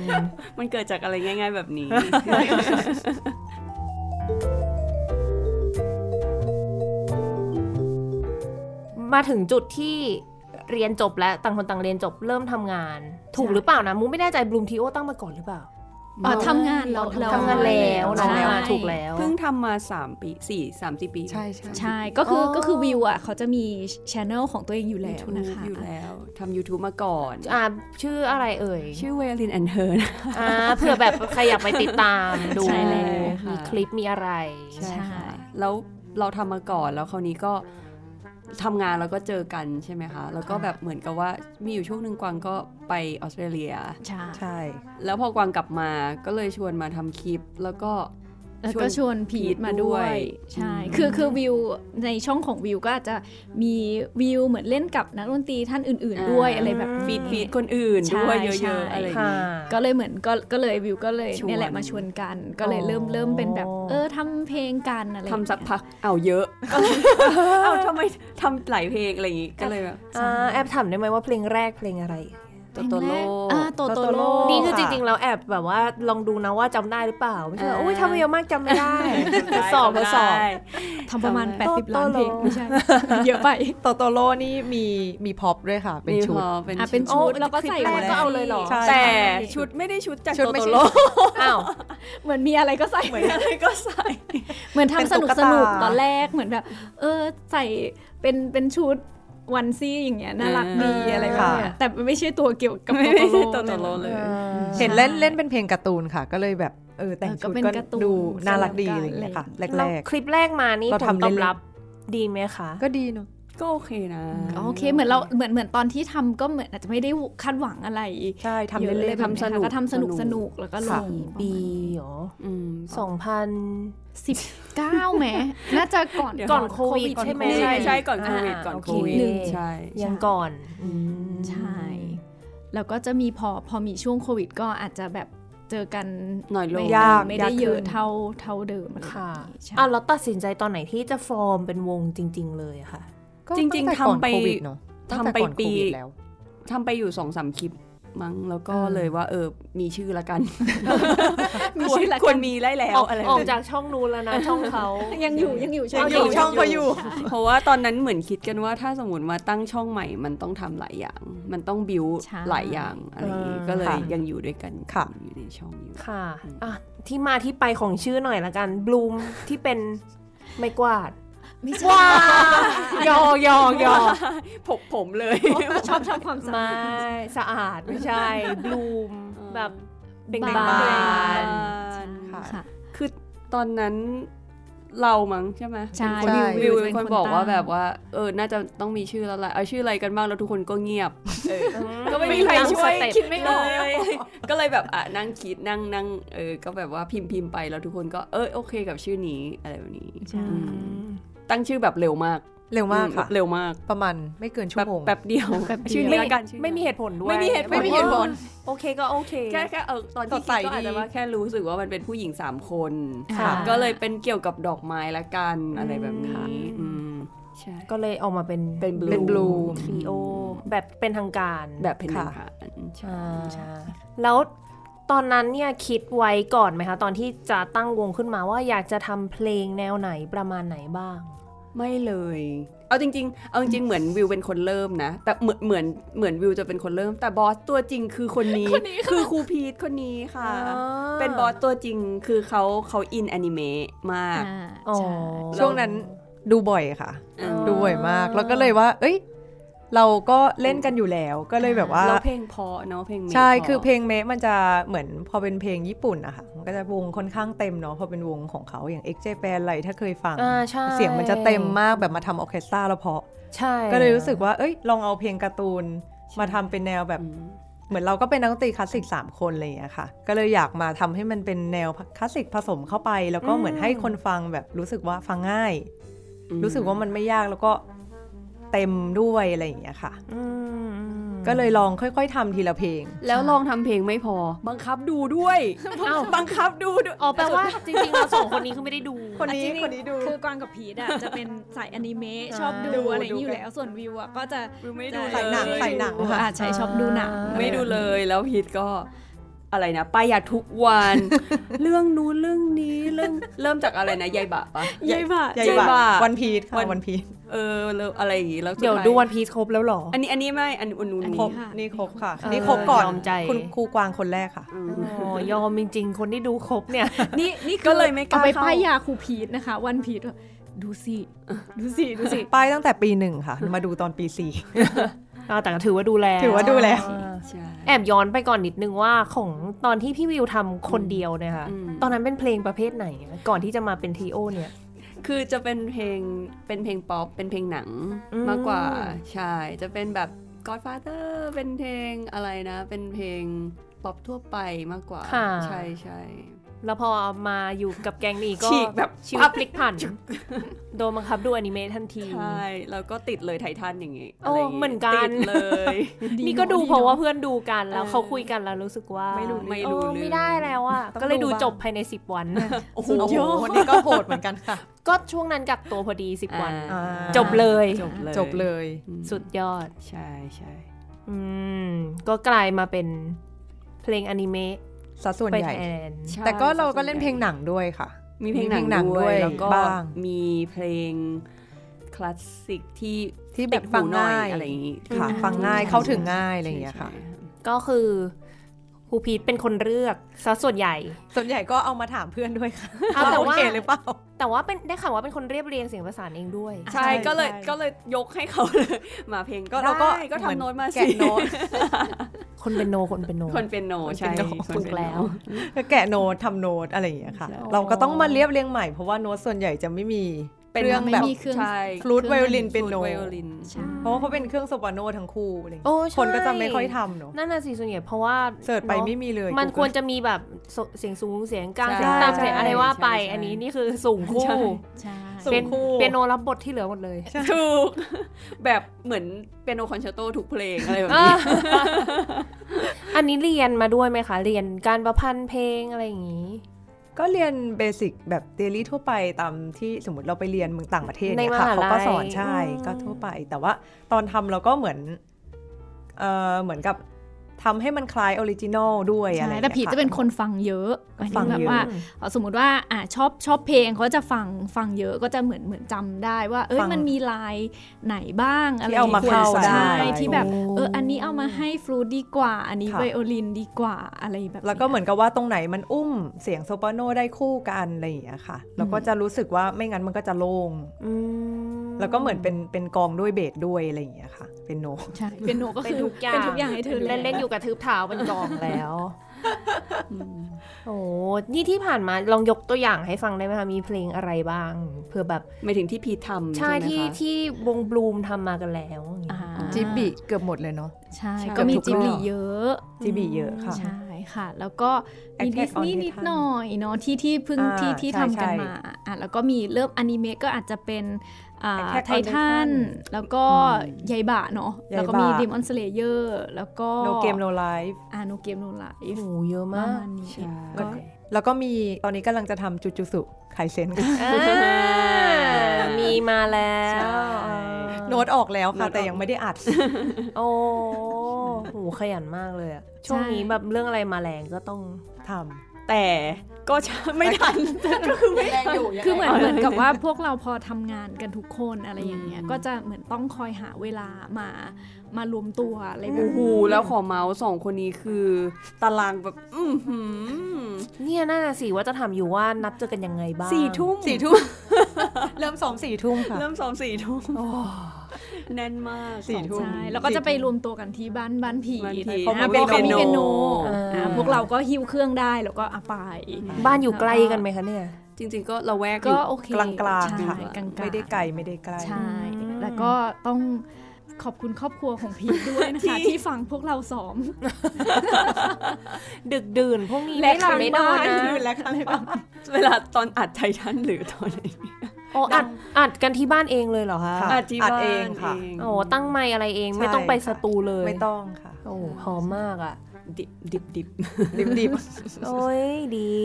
S3: มันเกิดจากอะไรง่าย ๆ แบบนี้
S4: มาถึงจุดที่ เรียนจบแล้วต่างคนต่างเรียนจบเริ่มทำงาน ถูก
S1: ใช่
S4: หรือเปล่านะมูไม่แน่ใจบลูมทีโอตั้งมาก่อนหรือเปล่า
S1: เอ่อทำงานแล้ว
S3: เร
S4: ทำงานแล้ว
S1: ใช่
S4: ทำงานถูกแล้ว
S3: เพิ่งทำมา 3 ปี4 3 4ปี
S2: ใช่ใช่
S1: ใช่ ก็คือ
S4: อ๋อ
S1: ก็คือวิวอ่ะเขาจะมีช anel ของตัวเองอยู่
S3: ยู
S1: แล้ว
S3: ทูบ
S1: นะคะ
S3: อยู่แล้วทำ YouTube มาก่อน
S4: อ่าชื่ออะไรเอ่ย
S3: ชื่อเวลินแอนเธอนะ
S4: อ่าเผื่อแบบใครอยากไปติดตามดู
S1: ใช่แล้ว
S4: มี
S3: ค่ะ
S4: คลิปมีอะไร
S1: ใช่
S3: ค่ะแล้วเราทำมาก่อนแล้วคราวนี้ก็ทำงานแล้วก็เจอกันใช่ไหมคะ แล้วก็แบบเหมือนกับว่ามีอยู่ช่วงหนึ่งกวางก็ไปออสเตรเลีย
S1: ใช่
S2: ใช่
S3: แล้วพอกวางกลับมาก็เลยชวนมาทำคลิป แล้วก็
S1: แล้วก็ชวนพีทมาด้ว
S3: พี
S1: ย
S3: ทด้วย
S1: ใช่
S3: อืม
S1: คือคือวิวในช่องของวิวก็อาจจะมีวิวเหมือนเล่นกับนักดนตรีท่านอื่น ๆ ด้วยอะไรแบบนี้
S3: ฟีดฟีดคนอื่น
S1: ใช่
S3: ด้วยเย
S1: ใช่
S3: อะๆอะไรอย่าง
S4: ค่ะ
S3: นี้
S1: ก็เลยเหมือนก็ก็เลยวิวก็เลย
S3: ชวน
S1: เนี่ยแหละมาชวนกัน ก็เลยเริ่มเริ่มเป็นแบบเออทำเพลงกันอะไรอย่าง
S3: ทำ
S1: เงี้ย
S3: สักพักเอาเยอะ เอาทำไมทำหลายเพลงอะไรอย่างงี้ก็เลยแบบ
S4: อ่าแอบถามได้ไหมว่าเพลงแรกเพลงอะไร
S3: โตโตโล
S1: อ่าโตโตโล
S2: โอ้
S4: นี่คือ
S2: ค่ะ
S4: จริงๆแล้วแอบแบบว่าลองดูนะว่าจำได้หรือเปล่า ไม่ใช่ว่า
S3: อ่า
S4: โอ้ยทำไมเยอะมากจำไม่ ได้ทดสอบทดสอบ
S3: ได้
S1: ทำประมาณ
S3: จำได้
S1: 80 ล้านเพลง
S4: โตโตโล
S1: ไม่ ใช่ เยอะไป
S2: โตโตโรนี่มีมีพ็อปด้วยค่ะ เป็นชุด
S3: พอเป็น
S1: อ่ะ
S3: ชุ
S1: เป็น
S3: ด
S1: ชุด
S4: โอ้
S1: แล้วก็ใส่
S4: คลิปแรก
S1: แวน
S4: ก็เอาเลยเหรอ
S2: ใช่
S3: แต่
S1: ค่ะ
S3: ชุดไม่ได้ชุดจาก
S2: ชุด
S3: โต
S2: ไม่
S3: โต
S2: ใช่
S3: โล
S4: อ้าว
S1: เหมือนมีอะไรก็ใส่
S3: เหมือนอะไรก็ใส่
S1: เหมือน
S2: เป็น
S1: ทำสนุก
S2: ตุ๊ก
S1: ส
S2: ตา
S1: นุกตอนแรกเหมือนแบบ เออใส่เป็นเป็นชุดวันซี่อย่างเงี้ยน่ารักดีอะไรแบบเนี้ยแต่ไม่ใช่ตัวเกี่ยวกับ
S3: ไม่ไม่ใช่โตโตโล
S1: เลย
S3: เลย
S2: เห็นเล่นเล่นเป็นเพลงการ์ตูนค่ะ ก็เลยแบบเออแต่ง
S1: เออก็
S2: ชุด
S1: เป็น
S2: ก็
S1: การ์ตูน
S2: ดู
S1: ใส่
S2: น่ารักดี
S1: แล้วก็
S2: อะไรอย่างเงี้ยค่ะ แร
S4: เรา
S2: ก
S4: คลิปแรกมานี่
S2: เรา
S4: ผล
S2: ทำ
S4: ต
S2: เล่
S4: อบ
S2: นๆ
S4: รับดีไหมคะ
S2: ๆ ก็ดีเนาะ
S3: ก็โอเคนะ
S1: โอเคเหมือนเราเหมือนเหมือนตอนที่ทำก็เหมือนอาจจะไม่ได้คาดหวังอะไร
S2: ใช่
S1: ย
S2: ทำ
S1: อะ
S2: เล่น
S1: ยแบบ
S3: ทำสนุก
S1: ก็ทำสนุกสนุกแล้วก็ล
S2: ค่ะ
S1: ง
S4: ปีเหรอ
S3: อืม
S4: สองพัน
S1: สิบเก้าไหม น่าจะก่อน
S3: เดี๋ยว
S4: ก่อนโควิดใช่ไหม
S3: ใช่ใช่ก่อนโค
S4: อ่า
S3: วิดก่อน
S4: โอเค
S3: โควิด
S1: หนึ่ง
S3: ใช่
S4: ยังก่อน
S3: อื
S1: ใช่ แล้วก็จะมีพอพอมีช่วงโควิดก็อาจจะแบบเจอกัน
S3: น้อยลง
S1: ไม่
S2: ยาก
S1: ไม่ได้
S2: ยาก
S1: เยอะ
S2: ขึ้น
S1: เท่าเท่าเดิมอะไรแบบ
S4: ค่ะ
S1: นี้ใช่
S4: อ่ะเราตัดสินใจตอนไหนที่จะฟอร์มเป็นวงจริง ๆ เลยอะค่ะ
S2: ก็
S3: จริงๆ
S2: ตั้แต่ก่อน
S3: ทำไป
S2: โควิดเนอะตั้งแต่
S3: ทำไป
S2: ก่อนโค
S3: ปี
S2: วิดแล้ว
S3: ทำไปอยู่สองสามคลิปมั้งแล้วก็
S2: อ่า
S3: เลยว่าเออมีชื่อละกัน
S1: มี
S3: ควร
S1: ชื่อละ
S3: คว
S1: กั
S3: ร
S1: น
S3: มีได้แล้ว
S4: ออก
S3: อะไร
S4: ออกจากช่องนู้นแล้ว นะ ช่องเขา
S1: ยังอยู่ยังอยู่ใช่
S4: ยั
S1: ไหม
S4: งอยู่
S2: ช่องเขาอยู่
S3: เพราะว่าตอนนั้นเหมือนคิดกันว่าถ้าสมมติมาตั้งช่องใหม่มันต้องทำหลายอย่าง มันต้องบิว
S1: ใช่
S3: หลายอย่างอะไรอย่างงี้
S4: อ่า
S3: ก็เลย
S2: ค่ะ
S3: ยังอยู่ด้วยกัน
S2: ค่ะ
S3: อยู่ในช่องอยู่
S4: ค่ะอ่ะ ที่มาที่ไปของชื่อหน่อยละกันบลูมที่เป็นไม่กวาด
S1: ไม่ใช่
S4: ย อกยอกยอก
S3: ผมผมเลย
S1: ชอบชอบความสะ
S4: ไม่
S1: อาด
S4: สะอาดไม่ใช่บลูม
S3: เออ
S4: แบบเบ่ง
S1: บา
S4: บาน น
S2: ค่ะ
S1: ค่ะ
S3: คือตอนนั้นเรามั้งใช่ไหม
S1: ใช่
S3: เป็นคนวิว
S1: วิว
S3: เป็นคน
S1: เป็นคน
S3: บอกว่า
S1: ตั้ง
S3: แบบว่า เออ น่าจะต้องมีชื่อแล้วแหละเอาชื่ออะไรกันบ้างแล้วทุกคนก็เงียบ ก็ไม่มีใครช่วย
S4: ไม่มีตั้งสเต็ป
S3: คิดไม่ออกก็เลยแบบอ่ะนั่งคิดนั่งนั่งเออ ก็แบบว่าพิมพ์พิมพ์ไปแล้วทุกคนก็เออโอเคกับชื่อนี้อะไรแบบนี้
S1: ใช่
S3: อืมตั้งชื่อแบบเร็วมาก
S2: เร็วมาก
S3: อื
S2: ค่ะ
S3: เร็วมาก
S2: ประมาณไม่เกินชั่
S3: แบ
S2: ว
S3: บ
S2: โมง
S3: แป๊บเดียว
S1: แป๊บเดียว
S3: ชื่อนี้
S4: ไม่
S3: ละกันชื่อนี้
S4: ไม่มีเหตุผลด้วย
S3: ไม่มีเหตุผล
S4: ไม่มี
S2: ไม่มีเห
S4: เห
S2: ตุ
S4: ตุ
S2: ผ
S4: ผ
S2: ล
S4: ล โอเคก็โอเค
S3: แค่แค่เออตอนที่คิดก็อาจจะว่าแค่รู้สึกว่ามันเป็นผู้หญิงสามคน
S1: ค่ะ
S3: ก็เลยเป็นเกี่ยวกับดอกไม้ละกันอะไรแบบนี้
S4: อืม
S3: อืมใช่
S4: ก็เลยออกมาเป็น
S3: เป็นบลู
S2: เป็น Bloom
S4: ทรีโอแบบเป็นทางการ
S3: แบบเพนนังค่ะใช่
S4: อ่าแล้วตอนนั้นเนี่ยคิดไว้ก่อนไหมคะ ตอนที่จะตั้งวงขึ้นมาว่าอยากจะทำเพลงแนวไหนประมาณไหนบ้าง
S3: ไม่เลย เอาจริง ๆ เอาจริงๆ เหมือนวิวเป็นคนเริ่มนะ แต่เหมือนเหมือนเหมือนวิวจะเป็นคนเริ่ม แต่บอสตัวจริงคือคนนี้ คือครูพีทคนนี้ค่ะ
S4: อ๋อ
S3: เป็นบอสตัวจริงคือเขาเขาอินอนิเมะมาก
S1: อ่า
S4: อ๋อ
S1: ใช่
S2: ช่วงนั้นดูบ่อยค่ะ
S3: อืม
S2: ดูบ่อยมาก แล้วก็เลยว่า เอ้ย เราก็เล่นกันอยู่แล้ว ก็เลยแบบว่า
S3: แล้วเพลงเพอเนาะเพลงมะ
S2: ใช่
S3: พ
S2: คือเพลงเมะมันจะเหมือนพอเป็นเพลงญี่ปุ่นนะคะมันก็จะวงค่อนข้างเต็มเนาะ พอเป็นวงของเขาอย่าง x j p a n อะไรถ้าเคยฟัง
S4: อ่าใช่
S2: เสียงมันจะเต็มมากแบบมาทำออร์เคสตราแล้วเพาะ
S4: ใช่
S2: ก็เลยรู้สึกว่า เอ้ย ลองเอาเพลงการ์ตูนมาทำเป็นแนวแบบ
S3: อืม
S2: เหมือนเราก็เป็นนักดนตรีคลาสสิก3คนอะไรอย่างเงี้ยค่ะ ก็เลยอยากมาทำให้มันเป็นแนวคลาสสิกผสมเข้าไป แล้วก็เหมือนให้คนฟังแบบรู้สึกว่าฟังง่าย
S3: อืม
S2: รู้สึกว่ามันไม่ยากแล้วก็เต็มด้วยอะไรอย่างเงี้ยค่ะ
S4: อืม
S2: ก็เลยลองค่อย ๆทำทีละเพลง
S3: แล้วลองทำเพลงไม่พอ บังคับดูด้วย
S4: เอ้า
S3: บังคับดูด้วย
S4: อ๋อแปลว่าจริงๆเราสองคนนี้คือไม่ได้ดู
S2: คนนี้
S1: จริงๆ
S2: คนนี้ดู
S1: คือกวางกับพีดอะ จะเป็นสายอนิเมะ
S4: อ่า
S1: ชอบดู
S2: ดู
S1: อะไรอย่างนี้อยู่
S2: ดู
S1: แล้วส่วนวิวอะก็จะ
S3: วิวไม่ดู
S1: จะ
S2: ใส่ห
S3: เลย
S2: นังใส่หนัง
S1: อ่าใช่ชอบดูหนัง
S3: ไม่ดูเลยแล้วพีทก็ อะไรนะประหยัดทุกวัน เรื่องนู้นเรื่องนี้เรื่องเริ่มจากอะไรนะยายบะปะ
S1: ใหญ่บ่า
S2: ใหญ่
S3: ใหญ่
S2: กว่า
S3: บ่า
S2: วันพีทค่ะ
S3: วัน
S2: วันพีท
S3: เออแล้วอะไรอย่างงี้แล้วสุ
S4: เดี๋ยว
S3: ท้า
S4: ดูวันพีซครบแล้วเหรอ
S3: อันนี้อันนี้ไม่อันอันนู้น
S1: อันนี้
S2: ครบ
S1: ค่ะ
S2: นี่ครบค่ะ
S4: เออ
S2: นี่ครบก่อน
S4: ยอมใจ
S2: คุณครูกวางคนแรกค่ะ
S3: อืม
S4: โอ้ยอมจริง ๆ คนที่ดูครบเนี่ย
S3: นี่นี่ก็เลยไม่กล้า
S1: เอาไป
S3: เข้
S1: ป้ายยาครูพีทนะคะ วันพีทดูสิ ดูสิ ดูสิ
S2: ป้ายตั้งแต่ปีหนึ่งค่ะ มาดูตอนปีสี่
S4: เอาแต่ก็ถือว่าดูแล
S2: ถือว่าดูแล
S4: อ่า
S3: ใช่
S4: แอบย้อนไปก่อนนิดนึงว่าของตอนที่พี่วิวทำคนเดียวเนะคะ
S3: อืม
S4: ตอนนั้นเป็นเพลงประเภทไหนอะก่อนที่จะมาเป็นทีโอเนี่ย
S3: คือจะเป็นเพลงเป็นเพลงป๊อปเป็นเพลงหนัง
S4: อืม
S3: มากกว่า ใช่ จะเป็นแบบ Godfather เป็นเพลงอะไรนะ เป็นเพลงป๊อปทั่วไปมากกว่า ใช่ใช่
S4: แล้วพอมาอยู่กับแกงนี้ก็
S3: ฉีกแบบ
S4: ชีวิตพลิกผัน โดนบังคับดูอนิเมะทันที
S3: ใช่ แล้วก็ติดเลยไททันอย่างงี้
S4: โอ้
S3: ะไรย่างงี้
S4: เหมือนกัน
S3: ติดเลย
S4: นี่ก็ดูเพราะว่าเพื่อนดูกันแล้ว
S3: เออ
S4: เขาคุยกันแล้วรู้สึกว่า
S3: ไม่รู้ไม่รู้
S4: เออ
S3: เรื่อง
S4: ไม่ได้แล้วอ่ะ
S2: ต้อง
S4: ก็เลยดู
S2: ดูบ้าง
S4: จบภายใน 10 วัน
S3: โอ้โห
S2: โอ้โหนี่ก็โหดเหมือนกันค่ะ
S4: ก็ช่วงนั้นกักตัวพอดี 10 วัน
S3: อ่า
S4: จบเลย
S3: จบเลย
S2: จบเลย
S3: อืม
S4: สุดยอด
S3: ใช่ใช่
S4: อืม ก็กลายมาเป็นเพลงอนิเมะ
S2: ซะส่วน
S4: ไป
S2: ใหญ่
S4: แทน
S3: ใช่
S2: แต่ก็เราก็
S3: ส่วนใหญ่
S2: เล่นเพลงหนังด้วยค่ะ
S3: มีเพลงห
S2: มีเพลงหนั
S3: นั
S2: ง
S3: ง
S2: ด้
S3: ด้
S2: ว
S3: วย ย แล้วก็
S2: บ้าง
S3: มีเพลงคลาสสิกที่
S2: ที่แบ
S3: ติ
S2: บ
S3: ด
S2: ฟั
S3: หู
S2: ง
S3: หน่อ
S2: ง่าย ย
S3: อะไรอย่างงี้
S2: ค่ะ
S4: อืม
S2: ฟังง่ายเข้าถึงง่ายอะไรอย่างเงี้ยค่ะ
S3: ใช่ใช่
S4: ก็คือครูพีทเป็นคนเลือกซะส่วนใหญ่
S2: ส่วนใหญ่ก็เอามาถามเพื่อนด้วยค่ะ
S4: อ้าวแต่
S2: โอ
S4: ว่า
S2: เคหรือเปล่า
S4: แต่ว่าเป็นได้ข่าวว่าเป็นคนเรียบเรียงเสียงประสานเองด้วย
S3: ใช่
S2: ใช่
S3: ก็เลย
S2: ใช่
S3: ก็เลยยกให้เขาเลยมาเพลง
S2: ก็
S3: ก็
S2: เรา
S3: เรา
S2: ก็
S3: ก็
S2: เหมือ
S3: ทำโน้ตมาสิ
S2: แกะโน้ต
S4: คนเป็นโนคนเป็นโน
S3: คนเป็นโน
S2: ค
S3: ใช่
S2: นเป็นโน
S3: คน
S4: ฝึ
S3: เป็
S4: ก
S3: นโน
S4: แล้ว
S2: ก็แกะโน้ตทำโน้ตอะไรอย่างเงี้ยค่ะ
S3: ใช่
S2: เราก็ต้องมาเรียบเรียงใหม่เพราะว่าโน้ตส่วนใหญ่จะไม่มี
S3: เป็น
S2: เครื่อง
S1: ไม่
S2: แบบ
S1: มีเครื่อง
S3: ใช่
S2: ฟลูตไวโอลินเปียโน
S3: ฟตไวโอลิน
S1: ใช่
S2: เพราะว่าเขาเป็นเครื่องโซปราโนทั้งคู่อะไรอย่าง
S4: โอ้
S2: เงี้ย
S4: ใช่
S2: คนก็จะไม่ค่อยทำเนาะ
S4: นั่นน่ะสิส่วนใหญ่เพราะว่า
S2: เสิร์ชไป
S4: นอะ
S2: ไม่มีเลย
S4: มัน
S2: Google
S4: ควรจะมีแบบโสเสียงสูงเสียงกลาง
S3: ใช่
S4: เสียงต่ำ
S2: ใช่
S4: เสียงอะไรว่าไป
S3: ใช่
S4: อันนี้นี่คือสูงคู่
S3: ใช่
S1: ใช่
S2: สู
S4: เป็
S2: ง
S4: น
S2: คู่
S4: เปียโนรับบทที่เหลือหมดเลย
S3: ถูก แบบเหมือนเปียโนคอนแชร์โตทุกเพลงอะไรแบบ
S4: อ่ะ
S3: น ี้
S4: อันนี้เรียนมาด้วยไหมคะ เรียนการประพันธ์เพลงอะไรอย่างนี้
S2: ก็เรียนเบสิกแบบเทอรี่ทั่วไปตามที่สมมติเราไปเรียนเมืองต่างประเทศเนี่ยค่ะ
S4: ในมหาลัย
S2: เขาก็สอนใช่
S4: อืม
S2: ก็ทั่วไป แต่ว่าตอนทำเราก็เหมือนเออเหมือนกับทำให้มันคล้ายออริจินอลด้วยอะไรอ
S1: ใช่
S2: ย่างงี้ย
S1: แต่ผี
S2: ค่
S1: จะเป็นคนฟังเยอะหมายถึ
S2: ฟัง
S1: งแบ
S2: เย
S1: บ
S2: อะ
S1: ว่าเอ่อสมมติว่าอ่ะชอบชอบเพลงเขาจะฟังฟังเยอะก็จะเหมือนเหมือนจำได้ว่า เอ้ย
S2: ฟัง
S1: มันมีลายไหนบ้างอะไร
S2: ที่เอามา
S1: ควร
S2: เข้า
S1: ใช่
S2: ได้
S1: ที่แบบ
S4: โอ้
S1: เอออันนี้เอามาให้ฟลูตดีกว่า อันนี้
S2: ค่ะ
S1: ไวโอลินดีกว่าอะไรแบบ
S2: แล้วก็เหมือนกับว่าตรงไหนมันอุ้มเสียงโซปราโนได้คู่กันอะไรอย่างเงี้ยค่ะแล้วก็จะรู้สึกว่าไม่งั้นมันก็จะโล่ง
S4: อืม
S2: แล้วก็เหมือนเป็นเป็นกองด้วยเบสด้วยอะไรอย่างเงี้ยค่ะ เป็นโน
S1: ใช่เป็นโนก็
S4: เป็น
S1: คือ
S4: ทุกอย่า
S1: เป็
S4: ง
S1: นทุกอย่างให้เธอ
S4: เล่นเล่นๆอยู่กับทืบเท้าเป็นกองแล้ว โอ้นี่ที่ผ่านมาลองยกตัวอย่างให้ฟังได้ไหมคะ มีเพลงอะไรบ้างเผื่อแบบ
S3: หมายถึงที่พีททำ
S4: ใช่
S3: ใช่ไหม
S4: ที่
S3: คะ
S4: ที่วงบลูมทำมากันแล้วอย่างเงี้ย
S1: อ่า
S2: จิบบิเกือบหมดเลยเนาะ
S1: ใช่
S3: ใช่
S1: ก็มี
S2: เกือบทุ
S1: จิบ
S2: กรอบ
S1: ลีเยอะ
S2: จิบบิเยอะค่ะ
S1: ใช่ค่ะ แล้วก็มี
S2: Attack
S1: ดิส
S2: on
S1: นีย์
S2: Titan
S1: นิดหน่อยเนาะที่ที่เพิ่ง
S2: อ่า
S1: ที่ที่
S2: ใช่
S1: ทำกัน
S2: ใช่
S1: มาอ่ะแล้วก็มีเริ่มอนิเมะก็อาจจะเป็นอ่า
S2: Attack on
S1: ไททัน
S2: Titan
S1: แล้วก็ยายบะเนาะแล้วก็มี
S2: ยายบะ
S1: ด e มอนสเลเยอร์แล้วก็
S2: โนเกมโนไลฟ์
S1: อ่าโนเกมโนไล
S4: โอ้
S1: ฟ์
S4: โหเยอะ
S1: ป
S4: มา
S1: ระ
S4: ก
S1: มาณนี้
S3: ใช่
S1: ก็
S2: แล้วก็มีตอนนี้กำลังจะทำจูจูสุไคเซนค่ะ
S4: อ่ามีมาแล้ว
S3: ใช่
S2: โน้ตออกแล้วค่ะ
S3: โน้ตออก
S2: แต่ยังไม่ได้อัด
S4: โอ้โหขยันมากเลยอะช่วงนี้แบบเรื่องอะไรมาแรงก็ต้อง
S2: ท
S3: แต่ก็จะไม่ทันก็คือไม่ทัน
S1: คือเหมือน เหมือนกับว่าพวกเราพอทำงานกันทุกคนอะไรอย่างเงี้ย
S3: อืม
S1: ก็จะเหมือนต้องคอยหาเวลามามารวมตัวอะไรแบบ
S3: โอ้โห
S1: นี้
S3: แล้วขอเมาส์สองคนนี้คือตารางแบบ อือหือ
S4: เนี่ยน่าสิว่าจะถามอยู่ว่านัดเจอกันยังไงบ้าง
S3: สี่ทุ่ม
S2: ำสี่ทุ่ม เริ่มสองสี่ทุ่มค่ะ
S3: เริ่มซ้อมสี่ทุ่มแน่นมาก
S2: สี่ทุ่ม
S1: ใช่แล้วก็จะไปรวมตัวกันที่บ้านบ้านผี
S3: บางที
S2: เพราะ
S1: อ่ะ
S2: ป็
S1: เพ
S2: น
S1: ราะเขามี
S2: เปี
S1: เปี
S2: ย
S1: ย
S2: โน
S1: โน
S4: อ่า
S1: อ่าพวกเราก็หิ้วเครื่องได้แล้วก็อ่ะไป
S4: บ้านอยู่ใกล้กันไหมคะเนี่ย
S3: จริง ๆ ก็ระแวก
S1: ก็
S3: อยู่
S1: โอเค
S2: กลางกลาง
S1: ใช่
S2: ๆค่ะ
S1: กลางๆ
S2: ไม่ได้ไกลไม่ได้ใกล้
S1: ใช่
S4: อืม
S1: แล้วก็ต้องขอบคุณครอบครัวของพีทด้วยนะคะ
S3: ที่
S1: ที่ฟังพวกเราซ้อม
S4: ดึกดื่นพวกนี้ไม่หลับไม่นอนนะ
S2: และข้างบ้าน
S3: เวลาตอนอัดไททันหรือตอนไหน
S4: โอ้อัดอัดกันที่บ้านเองเลยเหรอคะ
S2: ค่ะ
S3: อัดที่
S2: อัด
S3: บ้าน
S2: เองค่ะ
S4: โอ้ตั้งไมค์อะไรเอง
S2: ใช่
S4: ไม่ต้องไปสตูเลย
S2: ไม่ต้องค่ะ
S4: โอ้หอมมากอ่ะ
S3: ดิบดิบดิบ
S2: ดิบดิบ
S4: โอ้ยดี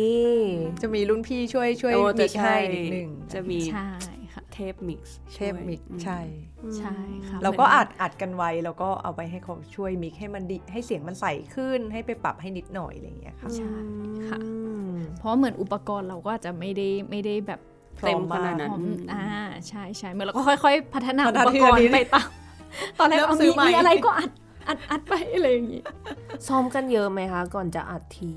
S2: จะมีรุ่นพี่ช่วยช่วย
S3: โอ้
S2: มิ
S3: จะ
S2: ก
S3: ใช่
S2: ให้นิดนึง
S3: จะมี
S1: ใช่ค่ะ
S3: เทปมิกซ์
S2: เทปมิกใช่
S1: ใช่ค่ะ
S2: เราก็
S1: หมืน
S2: อัดอัดกันไว้แล้วก็เอาไปให้เขาช่วยมิกให้มันดีให้เสียงมันใสขึ้น ให้ไปปรับให้นิดหน่อยอะไรอย่างเงี้ยค่ะ
S1: ใช่ค่ะ
S4: อืม
S1: เพราะเหมือนอุปกรณ์เราก็อาจจะไม่ได้ไม่ได้แบบ
S3: เต็มขนาดนั้น
S1: พร้อมอ่าใช่ใช่เหมือนเราก็ค่อย ๆ พัฒนา
S2: พั
S1: อุ
S2: ฒนา
S1: ปกร
S2: ที
S1: ณ์
S2: ละนิด
S1: ไปตามตอนแรก
S2: เริ่ม
S1: เอา
S2: ซื้
S1: มี
S2: อใหม่
S1: มีอะไรก็อัดอัดอัดไปอะไรอย่างงี้
S4: ซ้อมกันเยอะไหมคะ ก่อนจะอัดที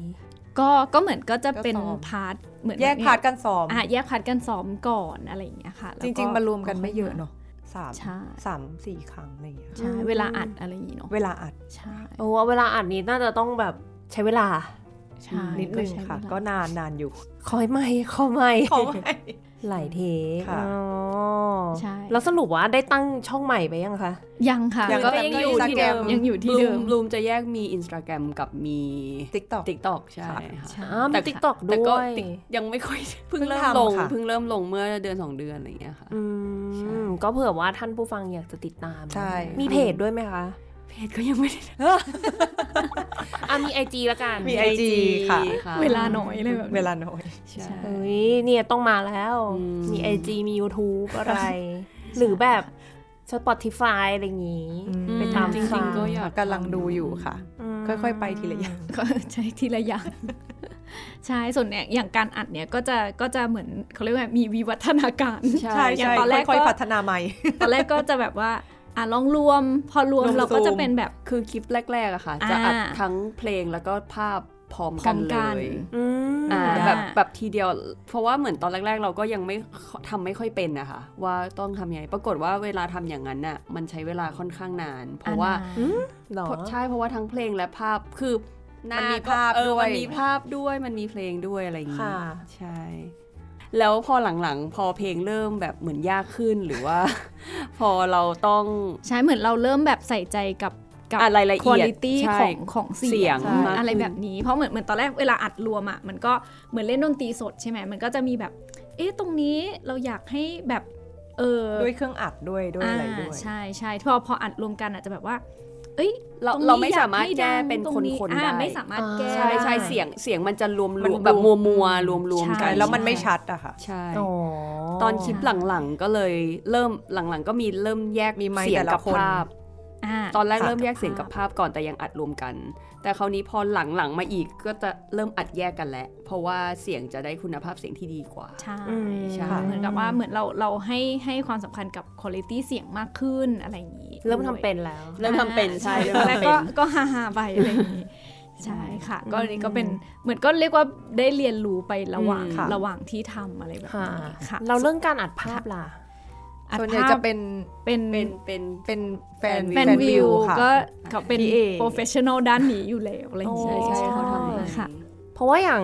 S1: ก็ก็เหมือนก็จะเป็น
S2: ก็ซ้อม
S1: พาร์ทเหมือน
S2: แยกพาร์ทกันซ้อม
S1: อ่ะแยกพาร์ทกันซ้อมก่อนอะไรอย่างเงี้ยค่ะแล้ว
S2: จ
S1: ก็
S2: ริง ๆมารวมกันไม่เยอะเนาะสาม
S1: ใช่
S2: สามสี่ครั้งอะไรอย่างเงี้ย
S1: ใช่เวลาอัดอะไรอย่างงี้เนาะ
S2: เวลาอัด
S1: ใช่
S4: โอ้เวลาอัดนี้น่าจะต้องแบบใช้เวลา
S1: ใช่
S2: นิดนึง
S1: ก็ใช้เวลา
S2: ค่ะ ก็นานนานอยู่
S4: คอยไม่คอยไม่
S2: ขอไม่
S4: หลายเท
S2: ค่ะ
S4: อ๋อ
S1: ใช่
S4: แล้วสรุปว่าได้ตั้งช่องใหม่ไปยังคะ
S1: ยังค่ะ
S2: ยัง
S1: ก็
S2: แบบ
S1: ยัง
S2: ก็
S1: อยู่
S2: ยัง
S1: ที่
S2: สแก
S1: เดิ
S2: ม
S1: มยังอยู่ที่เดิม
S3: บลูมจะแยกมี Instagram กับมี
S2: ติ๊กตอก
S3: TikTok ใช่
S2: ค่ะ
S3: ค่ะ
S1: ใช่
S4: อ๋อมี
S3: แต่
S4: ติ๊กต็อก
S3: แต่
S4: ด้
S3: ก็
S4: วย
S3: ติ๊กยังไม่ค่อย เพิ่ง
S2: เพิ่ง
S3: เริ่ม
S2: ทำ
S3: ลง
S2: ค่ะ
S3: เพิ่งเริ่มลงเมื่อเดือนสองเดือนอะไรอย่างเงี้ยค่ะ
S4: อื
S3: ใช่
S4: มก็เผื่อว่าท่านผู้ฟังอยากจะติดตาม
S2: ใช่
S4: มีเพจด้วยไหมคะ
S3: เพจก็ยังไม่ได้
S4: อ่ะมีไอจีละกัน
S2: มี IG ค่ะ
S1: เวลาน้อยเลยแบบนี้
S2: เวลาน้อย
S3: ใช่
S4: เฮ้ยเนี่ยต้องมาแล้ว
S3: อืม
S4: มีไอจีมี YouTube อะไร หรือแบบ Spotify อะไรอย่างงี้
S2: อืม
S4: ไปตาม
S3: จ
S4: ฟั
S3: ริง
S4: ง
S3: ๆก็อยาก
S2: กำลังดูอยู่ค่ะ
S4: ม
S2: ค่อยๆ ไปทีละอย่าง
S1: ก็ ใช้ทีละอย่าง ใช่ส่วนเนี่ยอย่างการอัดเนี่ยก็จะก็จะเหมือนเขาเรียกว่ามีวิวัฒนาการ
S3: ใช่
S2: ใช่
S1: อย่าง
S2: ใช่
S1: ตอนแรก
S2: ค่อย
S1: ก็
S2: ๆพัฒนาใหม่
S1: ตอนแรกก็จะแบบว่าอ่ะลองรวม พอรวม
S2: รวม
S1: เราก็
S2: ซู
S1: จะ
S2: ม
S1: เป็นแบบ
S3: คือคลิปแรกๆอะค่ะ
S1: อ่า
S3: จะอัดทั้งเพลงแล้วก็ภาพพร้อม
S1: พร้
S3: กั
S1: อนม
S3: เล
S1: กัน
S3: ย
S4: อืม
S3: อ่า
S1: ได้
S3: แบบแบบทีเดียว เพราะว่าเหมือนตอนแรก ๆ เราก็ยังไม่ทำไม่ค่อยเป็นนะคะว่าต้องทำยังไงปรากฏว่าเวลาทำอย่างนั้นน่ะมันใช้เวลาค่อนข้างนาน เพราะว่า
S4: อืมเหรอ
S3: เพราะใช่เพราะว่าทั้งเพลงและภาพคือหน้
S2: มันมี
S3: ก็
S2: ภาพ
S3: เออ
S2: ด้วย
S3: มันมีภาพด้วยมันมีเพลงด้วยอะไรอย่างงี้
S4: ค่ะ
S3: ใช่ แล้วพอหลังๆ พอเพลงเริ่มแบบเหมือนยากขึ้นหรือว่า พอเราต้อง
S1: ใช่เหมือนเราเริ่มแบบใส่ใจกับกั
S3: อ่ะรายละเอียด
S1: คุณภา
S3: ใช่
S1: พของของเสียง
S3: เสียงมาก
S1: อะไร
S3: ขึ้น
S1: แบบนี้เพราะเหมือนเหมือนตอนแรกเวลาอัดรวมอ่ะมันก็เหมือนเล่นดนตรีสดใช่ไหมมันก็จะมีแบบ เอ๊ะตรงนี้เราอยากให้แบบเออ
S2: ด้วยเครื่องอัดด้วยด้วยอะไรด้วย
S1: ใช่ใช่พอพออัดรวมกันอาจจะแบบว่า เอ้ย
S3: เรา
S1: ตงนี้
S3: เราไม่
S1: อย
S3: สามารถ
S1: ให้
S3: แก้
S1: ดัง
S3: เป็น
S1: ตรง
S3: คนคน
S1: อ่า
S3: ได้
S1: ไม่สามารถแก้
S3: ใช่ใช่
S1: ได้
S3: เสียงเสียงมันจะรวม
S2: มันร
S3: รว
S2: ว
S3: ม
S2: ม
S3: แบบมัวมัวรวมรวมๆ
S1: ใช่
S3: กัน
S2: แล้วมันไม่ชัดอะค่ะ
S3: ใช่
S4: อ๋อ
S3: ตอนคลิปหลังๆก็เลยเริ่มหลังๆ ก็มีเริ่มแยก
S2: มีไมค์
S3: เสียง
S2: แต่ละ
S3: กับ
S2: คน
S3: ภาพ
S1: อ่า
S3: ตอนแรก
S2: ค่ะ
S3: เริ่มแยกเสียงกับภาพก่อนแต่ยังอัดรวมกัน แต่คราวนี้พอหลังๆมาอีกก็จะเริ่มอัดแยกกันแหละเพราะว่าเสียงจะได้คุณภาพเสียงที่ดีกว่า
S1: ใช่
S4: อืม
S3: ใช่
S1: ค่ะเหมือนกับว่าเหมือนเราเราให้ให้ความสำคัญกับคุณภาพเสียงมากขึ้นอะไรอย่างนี้
S4: เริ่มทำ
S1: ด้วย
S4: เป็นแล้ว
S3: เริ่มทำเป็นใช่เริ่ม
S1: ตอนแรก
S3: ทำเป็
S1: ก็
S3: น
S1: ก็ฮาฮาๆไปอะไรอย่างนี้ใช่ค่ะ ก็อันนี้ก็เป็นเหมือนก็เรียกว่าได้เรียนรู้ไประหว่าง
S3: อืมค่ะ
S1: ระหว่างที่ทำอะไรแบบ
S4: ค่ะ
S1: นี้ค่ะ
S4: เราเรื่องการอัดภาพล่ะ
S1: อัด
S2: ส่วนใหญ่
S1: ภาพ
S2: จะเป็น
S1: เป็น
S3: เป็นเป็น
S2: เป็นแฟน
S1: แฟนวิว
S2: ค่ะ
S1: ก็ก็เป็น
S2: PA
S1: โปรเฟชชั่นอลด้านนี้อยู่แล้วอะไรอย่างเงี้
S3: ใช่
S1: ย
S3: ใช่
S4: อ๋อ
S3: เขาทำมา
S1: ค่ะ
S4: เพราะว่าอย่าง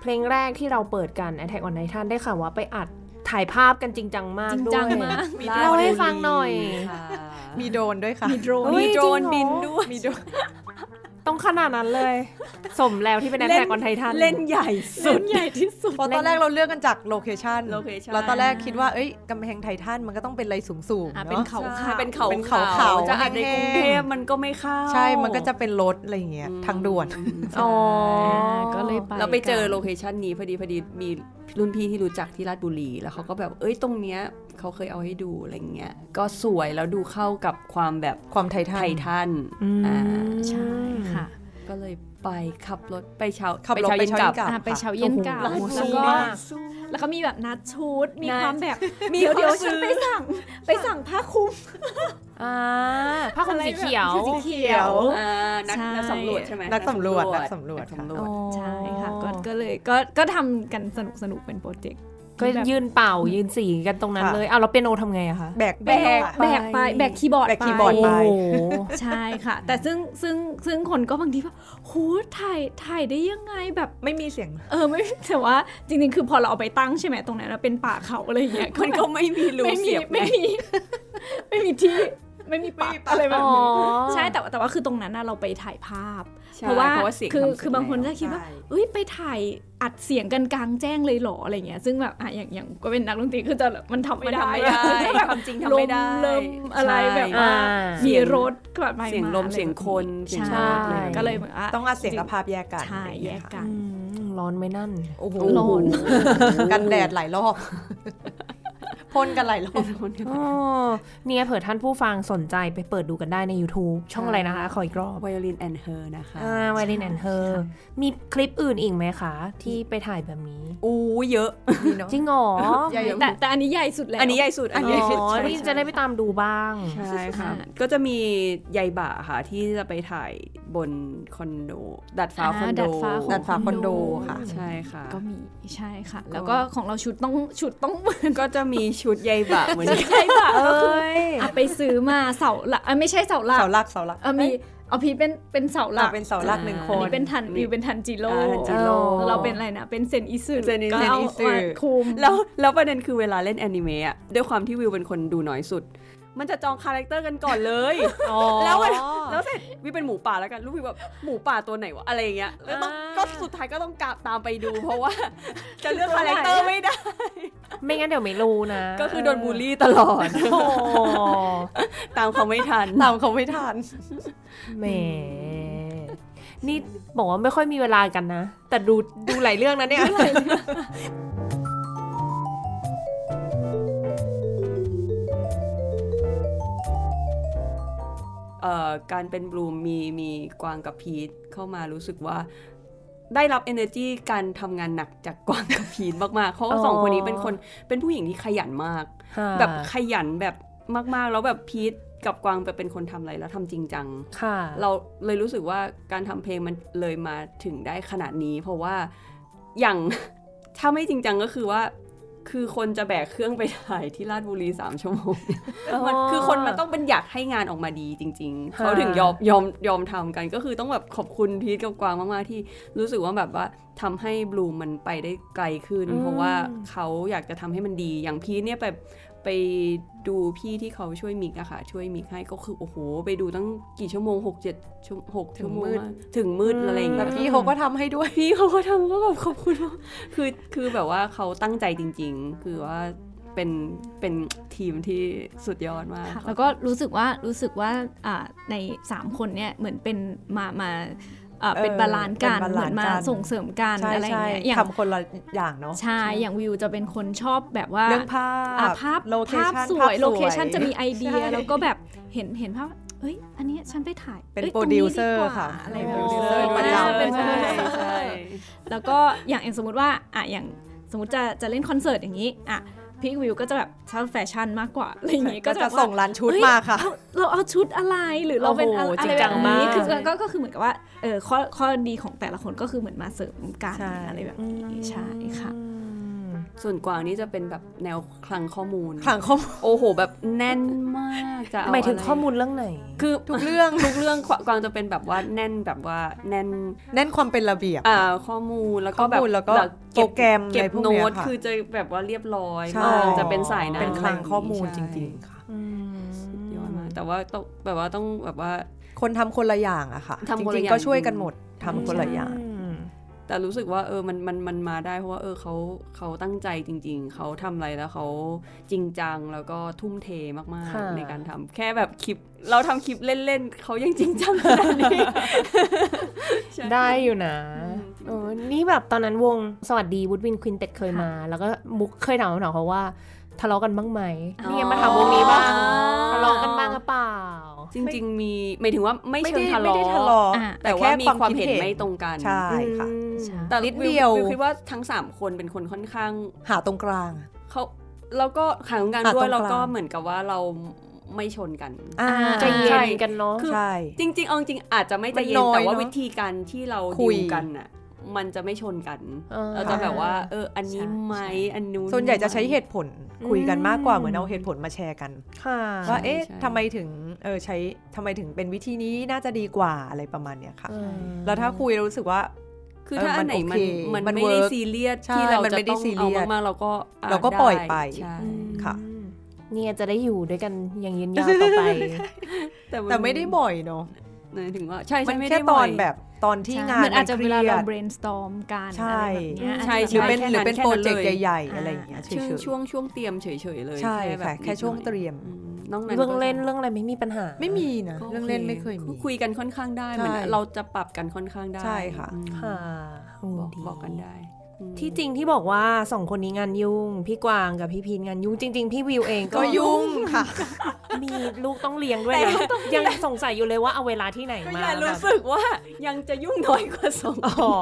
S4: เพลงแรกที่เราเปิดกัน Attack on Titan ได้ข่าวว่าไปอัดถ่ายภาพกันจริงจังมาก
S1: จริง
S4: ด้วย
S1: จังมาก
S4: เล่าให้ฟังหน่อย
S3: ค่ะ
S2: มีโดรนด้วยค่ะ
S1: มีโดรน
S4: เฮ้ย
S2: มีโดรน
S4: จริงเห
S2: บิน
S4: รอ
S2: ด้วยมีโดรน
S4: ต้องขนาดนั้นเลย สมแล้วที่เป็นแอ t
S3: เล่
S4: แท
S3: น
S4: กออนไททัน
S3: เล่นใหญ่สุ
S1: สุ
S3: ด
S1: ดใหญ่ที่สุด
S2: เพราะตอนแรกเราเลือกกันจากโลเคชัน
S3: location
S2: เราตอนแรกคิดว่า เอ้ยกำแพงไททันมันก็ต้องเป็นอะไรสูงๆ
S1: อ่ะ
S2: เนาะ
S1: เป็นเขา
S3: ใช่เป็นเขา
S2: เป็นเขา
S3: ขา
S2: เขา
S3: วจะอัดในกรุงเทพมันก็ไม่เข้า
S2: ใช่ มันก็จะเป็นรถอะไรอย่างเงี้ยทางด่วน
S3: ใช่
S4: อ๋อ
S1: ก็เลยไป
S3: เราไปเจอโลเคชันนี้พอดีพอดีมีรุ่นพี่ที่รู้จักที่ราชบุรี แล้วเขาก็แบบเอ้ยตรงเนี้ยเขาเคยเอาให้ดูอะไรเงี้ยก็สวยแล้วดูเข้ากับความแบบ
S2: ความไททั
S3: ไท
S2: น
S3: ทัน
S4: อืม
S3: อ่า
S1: ใช่ค่ะ
S3: ก็เลยไปขับรถไปเช้า
S2: ขับรถไปเช้า
S3: ย็น
S2: เย็นกลับ
S1: อ่ะไปเช้าเย็นกลับ
S4: โอ้โห
S1: แล้วก็
S4: มาก
S1: แล้วก็มีแบบนัดชุดมี
S3: นัด
S1: ความแบบ
S3: มี
S1: เดี๋ยว
S3: เดี๋
S1: เดี๋ยววฉั
S3: ยฉัน
S1: น
S3: ไป
S1: ไปสั่งไปสั่งผ้าคลุม
S4: อ่าผ้าคลุมสีเขียว
S1: สีเขียว
S3: อ่านัก
S1: ใช่
S3: นักสำรวจใช่ไหม
S2: นักสำรวจ
S3: นัก
S2: นักสำรวจ
S3: นักสำรวจ
S1: ใช่ค่ะก็ก็เลยก็ก็ทำกันสนุกสนุกเป็นโปรเจกต์
S4: ก็
S1: ที่แบบ
S4: ยืนเป่ายืนสีกันตรงนั้น
S2: ค่ะ
S4: เลยเอาแล้วเปียโนทำไงอะคะ
S2: แบก
S1: แบก
S2: ค่ะ
S1: แบกไปแบกคีย์บอร์ด
S2: แบก
S1: ไป
S2: คีย์บอร์ด ไป
S4: โอ้โห
S1: ใช่ค่ะ แต่ซึ่งซึ่งซึ่งคนก็บางทีว่าโหถ่ายถ่ายได้ยังไงแบบ
S2: ไม่มีเสียง
S1: เออไม่แต่ว่าจริงๆ คือพอเราเอาไปตั้งใช่ไหมตรงนั้นนะเป็นป่าเขาอะไรอย่างเงี้ย
S3: มันก็ไม่มีรู
S1: ไม่มี
S3: เสียบไง
S1: ไม่มี ไม่มีที่ไม่มีปัก
S2: ไม่มีปัก
S1: อะไรแบบนี้
S4: อ๋อ
S1: ใช่แต่ว่าแต่ว่าคือตรงนั้นนะเราไปถ่ายภาพ
S3: ใช่
S1: เพราะว่า
S3: เสียง
S1: คือ
S3: ทำ
S1: คือบางคน
S3: เสร็
S1: จะ
S3: จ
S1: คิดว่า
S2: ใช่
S1: เอ้ยไปถ่ายอัดเสียงกันกลางแจ้งเลยเหรออะไรเงี้ยซึ่งแบบอ่ะอย่างอย่างก็เป็นนักดนตรีคือจะแบบมันทำ
S3: แล้วมั
S1: ไม่
S3: น
S1: ได้
S3: ทำไม่ได้
S1: แบบ
S3: ความจริงทำไม่ได้
S1: ลมอะไรแบบว่า
S4: อ่า
S1: มีรถแบบไป
S3: เสียง
S1: า
S3: ลม
S1: อะไร
S3: เสียง
S1: แบบ
S3: คนเสียง
S1: ใช่
S3: รถอะไรแบบนี้
S1: ก็เลยเหมือนว่า
S2: ต้องอาเสียงกับภาพแยกกัน
S1: ใช่แยกกัน
S4: อืมร้อนไหมนั่น
S2: โอ้โห
S1: ร้อน
S2: กันแดดหลายรอบ พ่นกันหลายรอบ
S4: อ๋อเนี่ยเผื่อท่านผู้ฟังสนใจไปเปิดดูกันได้ใน YouTube ช่องอะไรนะคะ ขออีกรอบ
S3: ไวโอลินแอนเฮอร์นะคะ
S4: อ่าไวลินแอนเธอ มีคลิปอื่นอีกไหมคะ ที่ไปถ่ายแบบนี้
S3: อู้เยอะ
S4: จริงเหรอ
S2: ใหญ่
S1: แต่แต่อันนี้ใหญ่สุดแล้ว
S3: อันนี้ใหญ่สุดอันนี้ใหญ่สุด
S4: อ๋อ
S3: ใช่
S4: นี่จะได้ไปตามดูบ้าง
S3: ใช่ค่ะ
S1: อ่า
S3: ก็จะมียายบ่าค่ะ ที่จะไปถ่ายบนคอนโดดัดฟ้าคอนโด
S1: ดาดฟ้าของ
S2: ดาดฟ้าคอนโดค่ะ
S3: ใช่ค่ะ
S1: ก็มีใช่ค่ะ แล้วก็ของเราชุดต้องชุดต้องเหมือน
S3: ก็จะมีชุดยายบ่าเหมือนกัน
S1: ใช่ป่ะ
S4: เอ้ย
S1: อ่ะไปซื้อมาเสาหลักอ่ะไม่ใช่เสาหลัก
S2: เสาหลักเสาหลัก
S1: เออมีเอาพีเป็นเป็นเสาหลั
S2: อ่ะ
S1: ก
S2: เป็นเสาหลักหนึ่งค
S1: อัน
S2: น
S1: นี้เป็นทันวิวเป็นทันจิโร่
S3: อ่าทันจิโร่
S1: แล้วเราเป็นอะไรนะ เป็นเซนอิสึ
S3: เซนอิสึ
S1: ก็เอามาคุม
S3: แล้วแล้วประเด็นคือเวลาเล่นแอนิเมะอะด้วยความที่วิวเป็นคนดูน้อยสุด มันจะจองคาแรคเตอร์กันก่อนเลย แล้วเวลาแล้วเสร็จวิวเป็นหมูป่าแล้วกันลูกวิวแบบหมูป่าตัวไหนวะอะไรอย่างเงี้ยแล้วต้อง
S4: อ่า
S3: ก็สุดท้ายก็ต้องกลับตามไปดูเพราะว่า จะเลือกคาแรคเตอร์ไม่ได้
S4: ไม่งั้นเดี๋ยวไม่รู้นะ
S3: ก็คือโดนบูลลี่ตลอด
S4: โอ้
S3: ตามเขาไม่ทัน
S2: ตามเขาไม่ทัน
S4: แหมนี่บอกว่าไม่ค่อยมีเวลากันนะ แต่ดูดูหลายเรื่องนะเนี่ย
S3: เอ่อการเป็นบลูมมีมีกวางกับพีทเข้ามารู้สึกว่า ได้รับ energy การทำงานหนักจากกวางกับพีทมากๆเพราะว่า
S4: อ๋อ
S3: สองคนนี้เป็นคนเป็นผู้หญิงที่ขยันมาก แบบขยันแบบมากๆ แล้วแบบพีทกับกวางแบบเป็นคนทำอะไรแล้วทำจริงจัง
S4: ค่ะ
S3: เราเลยรู้สึกว่าการทำเพลงมันเลยมาถึงได้ขนาดนี้ เพราะว่าอย่าง ถ้าไม่จริงจังก็คือว่า คือคนจะแบกเครื่องไปถ่ายที่ราชบุรีสามชั่วโมงมันคือคนมันต้องเป็นอยากให้งานออกมาดีจริง ๆ
S4: ค่ะ
S3: เขาถึงยอมยอมยอมทำกันก็คือต้องแบบขอบคุณพีทกับกวางมากๆที่รู้สึกว่าแบบว่าทำให้บลูมมันไปได้ไกลขึ้น เพราะว่าเขาอยากจะทำให้มันดีอย่างพีทเนี่ยแบบ ไปดูพี่ที่เขาช่วยมิกอะค่ะ ช่วยมิกให้ก็คือ โอ้โห ไปดูตั้งกี่ชั่วโมงหกเจ็ดชั่วหกชั่วโมง
S2: ถึงมืด
S3: อะถึงมืดอะไรอย่าง
S2: แบ
S3: เงี้
S2: บ
S3: ย
S2: พี่เขาก็ทำให้ด้วย
S3: พี่เขาก็ทำก็แบบขอบคุณมากคือคือแบบว่าเขาตั้งใจจริง ๆ คือว่าเป็นเป็นทีมที่สุดยอดมาก
S1: ค่ะ
S3: ค่ะ
S1: แล้วก็รู้สึกว่ารู้สึกว่าอ่าใน 3 คนเนี่ยเหมือนเป็นมามาอ่า
S2: เออ
S1: เป็นบาลานซ์กัน
S2: เป็น
S1: เหมื
S2: บาลา
S1: อนมา
S2: นซ์กัน
S1: ส่งเสริมกัน
S2: ใช่
S1: อะไรอย่าง
S2: ใช่
S1: เงี้ยอย่าง
S2: ทำคนละอย่างเนาะ
S1: ใช่อย่างวิวจะเป็นคนชอบแบบว่า
S2: เรื่องภา
S1: อ่ะ
S2: พ
S1: ภาพ
S2: โลเค
S1: ภาพ
S2: ชั่น
S1: สวยโลเคชันจะมีไอเดีย
S2: ใช่
S1: แล้วก็แบบเห็นเห็นภาพเอ้ยอันเนี้ยฉันไปถ่าย
S2: เป็น
S1: อ้ย
S2: โปร
S1: ตง
S2: ดิ
S1: นี้
S2: วเซอร์
S1: ดีกว่า
S2: ค่ะ
S1: อะไร
S2: เป็น
S1: แบบ
S2: โ
S1: นี้
S2: ปรดิวเซอร์ประ
S1: า
S2: จำ
S1: เป็นโปร
S3: ใช่
S1: ดิวเซอร์
S3: ใช่
S1: แล้วก็อย่างอย่างสมมติว่าอ่ะอย่างสมมติจะจะเล่นคอนเสิร์ตอย่างนี้อ่ะพีควิวก็จะแบบชอบแฟชั่นมากกว่าอะไรอย่างงี้ก็
S2: ก็
S1: จะแบ
S2: จะ
S1: บว่า
S2: ส่งร้านชุดมาค่ะ
S1: เราเอาชุดอะไรหรือเราเป็นอะ
S4: โอ้โหจริ
S1: ไรง
S4: จั
S1: แบบ
S4: ง
S1: นี้
S4: มาก
S1: คือก็ก็ก็คือเหมือนกับว่าเออข้อข้อดีของแต่ละคนก็คือเหมือนมาเสริมกัน
S2: ใช่
S1: อะไรแบบนี้ใช่ค่ะ
S3: ส่วนกวางนี่จะเป็นแบบแนวคลังข้อมูล
S2: ขลังข้อมูล
S3: โอ้โห แบบแน่นมากจะเอ
S4: หมายถึง
S3: ะร
S4: ข้อมูลเรื่องไหน
S3: คือทุกเรื่องทุกเรื่องกวางจะเป็นแบบว่าแน่นแบบว่าแน่น
S2: แน่นความเป็นระเบียบ
S3: อ่าข้อมูลแล้วก็แบ
S2: ข้
S3: บ
S2: อมูลแล้วก็
S3: บบเบ
S2: โปรแกรม
S3: เก็
S2: อะ
S3: บ
S2: ไรพวกเนี้
S3: โน้
S2: ย
S3: ต
S2: ค่ะ
S3: คือจะแบบว่าเรียบร้อย
S2: ใช่
S3: มากจะเป็นสายนั้น
S2: เป็นคลัง
S3: ะไย่า
S2: ข้อมูลจ
S3: ใช่
S2: ริงๆค่ะ
S3: ยอดมากแต่ว่าต้องแบบว่าต้องแบบว่า
S2: คนทำคนละอย่างอะค่ะ จ
S3: ทำคนละ
S2: ริง
S3: อย่า
S2: ๆ
S3: ง
S2: ก็ช่วยกันหมดทำคนละอย่าง
S3: แต่รู้สึกว่าเออมันมันมันมาได้เพราะว่าเออเขาเขาตั้งใจจริง ๆ เขาทำอะไรแล้วเขาจริงจังแล้วก็ทุ่มเทมาก
S4: ค่ะ
S3: ๆในการทำแค่แบบคลิปเราทำคลิปเล่นๆเขายังจริงจังขนาดนี้
S4: ได้อยู่นะเออนี่แบบตอนนั้นวงสวัสดีวุฒวินควินเต็ดเคยมา แล้วก็มุกเคยถามคำถามเขาว่า ทะเลาะกันบ้างไหม
S3: อ๋อ
S4: นี่ยังมาถามวงนี้บ้างทะเลาะกันบ้างหรือเปล่า
S3: จริง ๆ มีหมายถึงว่าไม่
S2: ไม่
S3: เชิ
S2: ได้
S3: ง
S2: ไม่ได้ทะเลาะ
S1: อ่ะ
S3: แต่ว่ามีความเห็นไม่ตรงกัน
S2: ใช่ค่ะ
S1: ใช่
S3: แต่
S2: นิ
S3: นิ
S2: ด
S3: ด
S2: เดี
S3: เดี
S2: ย
S3: ยว วคิดว่าทั้ง 3 คนเป็นคนค่อนข้าง
S2: หาตรงกลางอะ
S3: เขาแล้วก็ขายของงาน
S2: อ่ะ
S3: ด้ว
S2: ตรงกลา
S3: ย
S2: ง
S3: แล้วก็เหมือนกับว่าเราไม่ชนกัน
S2: อ่า
S4: ใจเย็
S3: ใช่
S4: นกันเนาะ
S3: คือ
S2: ใช่
S3: จริงๆเอาจริงอาจจะไม่ใจเย็
S2: มัน
S3: น
S2: น้อย
S3: แต่ว่า
S2: เนอะ
S3: วิธีการที่เรา
S2: คุ
S3: คุ
S2: ย
S3: ยกันน่ะมันจะไม่ชนกัน
S4: เออ
S3: เราจะแบบว่า เออ อันนี้ไหมอันนู้น
S2: ส่วนใหญ่จะใช้เห
S3: ไ
S2: ตุผลคุยกันมากกว่าเหมือนเอาเหตุผลมาแชร์กัน
S4: ค่ะ
S2: ว่าเอ๊ะ
S3: ใช่
S2: ทำไมถึงเออใช้ทำไมถึงเป็นวิธีนี้น่าจะดีกว่าอะไรประมาณเนี้ยค่ะ แล้วถ้าคุยเรารู้สึกว่า
S3: หมคือถ้า
S2: เออมั
S3: อั
S2: น
S3: นไหน
S2: โอ
S3: มัน
S2: เค
S3: มัน
S2: มัน
S3: ไม่
S2: work
S3: ได้ซีเรียส
S2: ใช่
S3: ที่เรา
S2: มัน
S3: จะ
S2: ไม่ได้
S3: ต้อง
S2: ซีเรี
S3: เอา
S2: ยส
S3: มากๆเราก็ะ
S2: เราก็ปล่อย
S3: ด้
S2: ไป
S3: ใช่
S2: ค่ะ
S4: อืมเนี่ยจะได้อยู่ด้วยกันอย่างยืนยาวต่อไป
S3: น
S2: แต่ไม่ได้บ่อยเนาะ
S3: หมายถึงว่าใช่
S2: มั
S3: ใช่
S2: น
S3: ไม่
S2: แค่
S3: ได้
S2: ต
S3: บ่
S2: อน
S3: ย
S2: แบบตอนที่
S1: ใช่
S2: งาน
S1: เหมือนอาจจะ
S2: มัน
S1: เวลาเรา
S2: ครียด
S1: brainstorm กัน
S2: ใช่
S1: อะไรแบบเนี้ย
S3: ใช่
S2: หรือเป็น
S4: แค่นั้น
S2: หรือเป็น
S4: แค่นั้น
S2: โปรเจกต์
S3: เลย
S2: ใหญ่ๆอะไรอย่างเงี้ยเฉย
S3: ช่วง
S2: ๆ
S3: ช่วงช่วงเตรียมเฉยๆเลย
S2: ใช่
S3: แค่แบบ
S2: ค่ะแค่
S3: นิด
S2: ช่วง
S3: หน่อย
S2: เตรียม
S3: อืมน้องนั้น
S4: เรื่องเล่น
S3: ก็จะ
S4: เรื่องอะไรไม่มีปัญหา
S2: ไม่มีนะ
S3: ก็
S2: เรื่องเล่นไม่เคยมี
S3: คุยกันค่อนข้างได้
S2: ใช่
S3: เหมือนเราจะปรับกันค่อนข้างได้
S2: ใช่ค่ะ
S3: อืม
S4: ค่ะโอ้
S3: บอก
S4: ดี
S3: บอกกันได้
S4: ที่จริงที่บอกว่าสองคนนี้งานยุ่ง พี่กวางกับพี่พีนงานยุ่งจริง ๆ พี่วิวเองก็
S2: ก็ยุ่งค่ะ
S4: มีลูกต้องเลี้ยงด้วยนะยังสงสัยอยู่เลยว่าเอาเวลาที่ไหน
S3: ก็
S4: มา
S3: อย่ารู้
S4: แบบ
S3: สึกว่ายังจะยุ่งน้อยกว่าสอง
S4: อ๋อ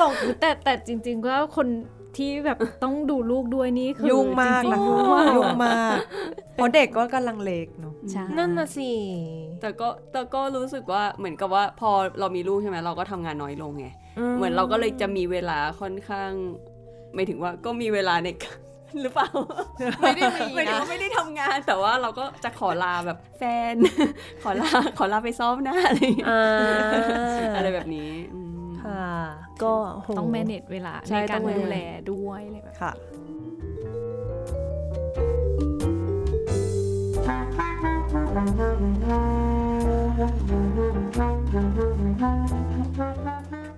S1: ส่งแต่แต่จริงๆก็คนที่แบบต้องดูลูกด้วยนี่คือ
S2: ยุ่งมาก
S1: จริง
S2: นะ
S1: ๆ
S2: ยุ่งมากยุ่งมากเพราะเด็กก็กำลังเล็กเนาะ
S1: ใช่
S4: นั่นน่ะสิ
S3: แต่ก็แต่ก็รู้สึกว่าเหมือนกับว่าพอเรามีลูกใช่ไหมเราก็ทำงานน้อยลงไง เหมือนเราก็เลยจะมีเวลาค่อนข้างไม่ถึงว่าก็มีเวลาในการ หรือเปล่าไม่ได้มีไม่ถึงว่าไม่ได้ทำงาน แต่ว่าเราก็จะขอลาแบบแฟน ขอลาขอลาไปซ้อมหน้าอะไรอย่างเงี้ย
S4: อ่า
S3: อะไรแบบนี้อืม
S4: ค่ะก็โห
S1: ต้อง manage เวลา
S3: ใช่
S1: ในกา
S3: ต้
S1: ร
S3: อง manage
S1: ดูแลด้วยอะไรแบบ
S2: ค่ะ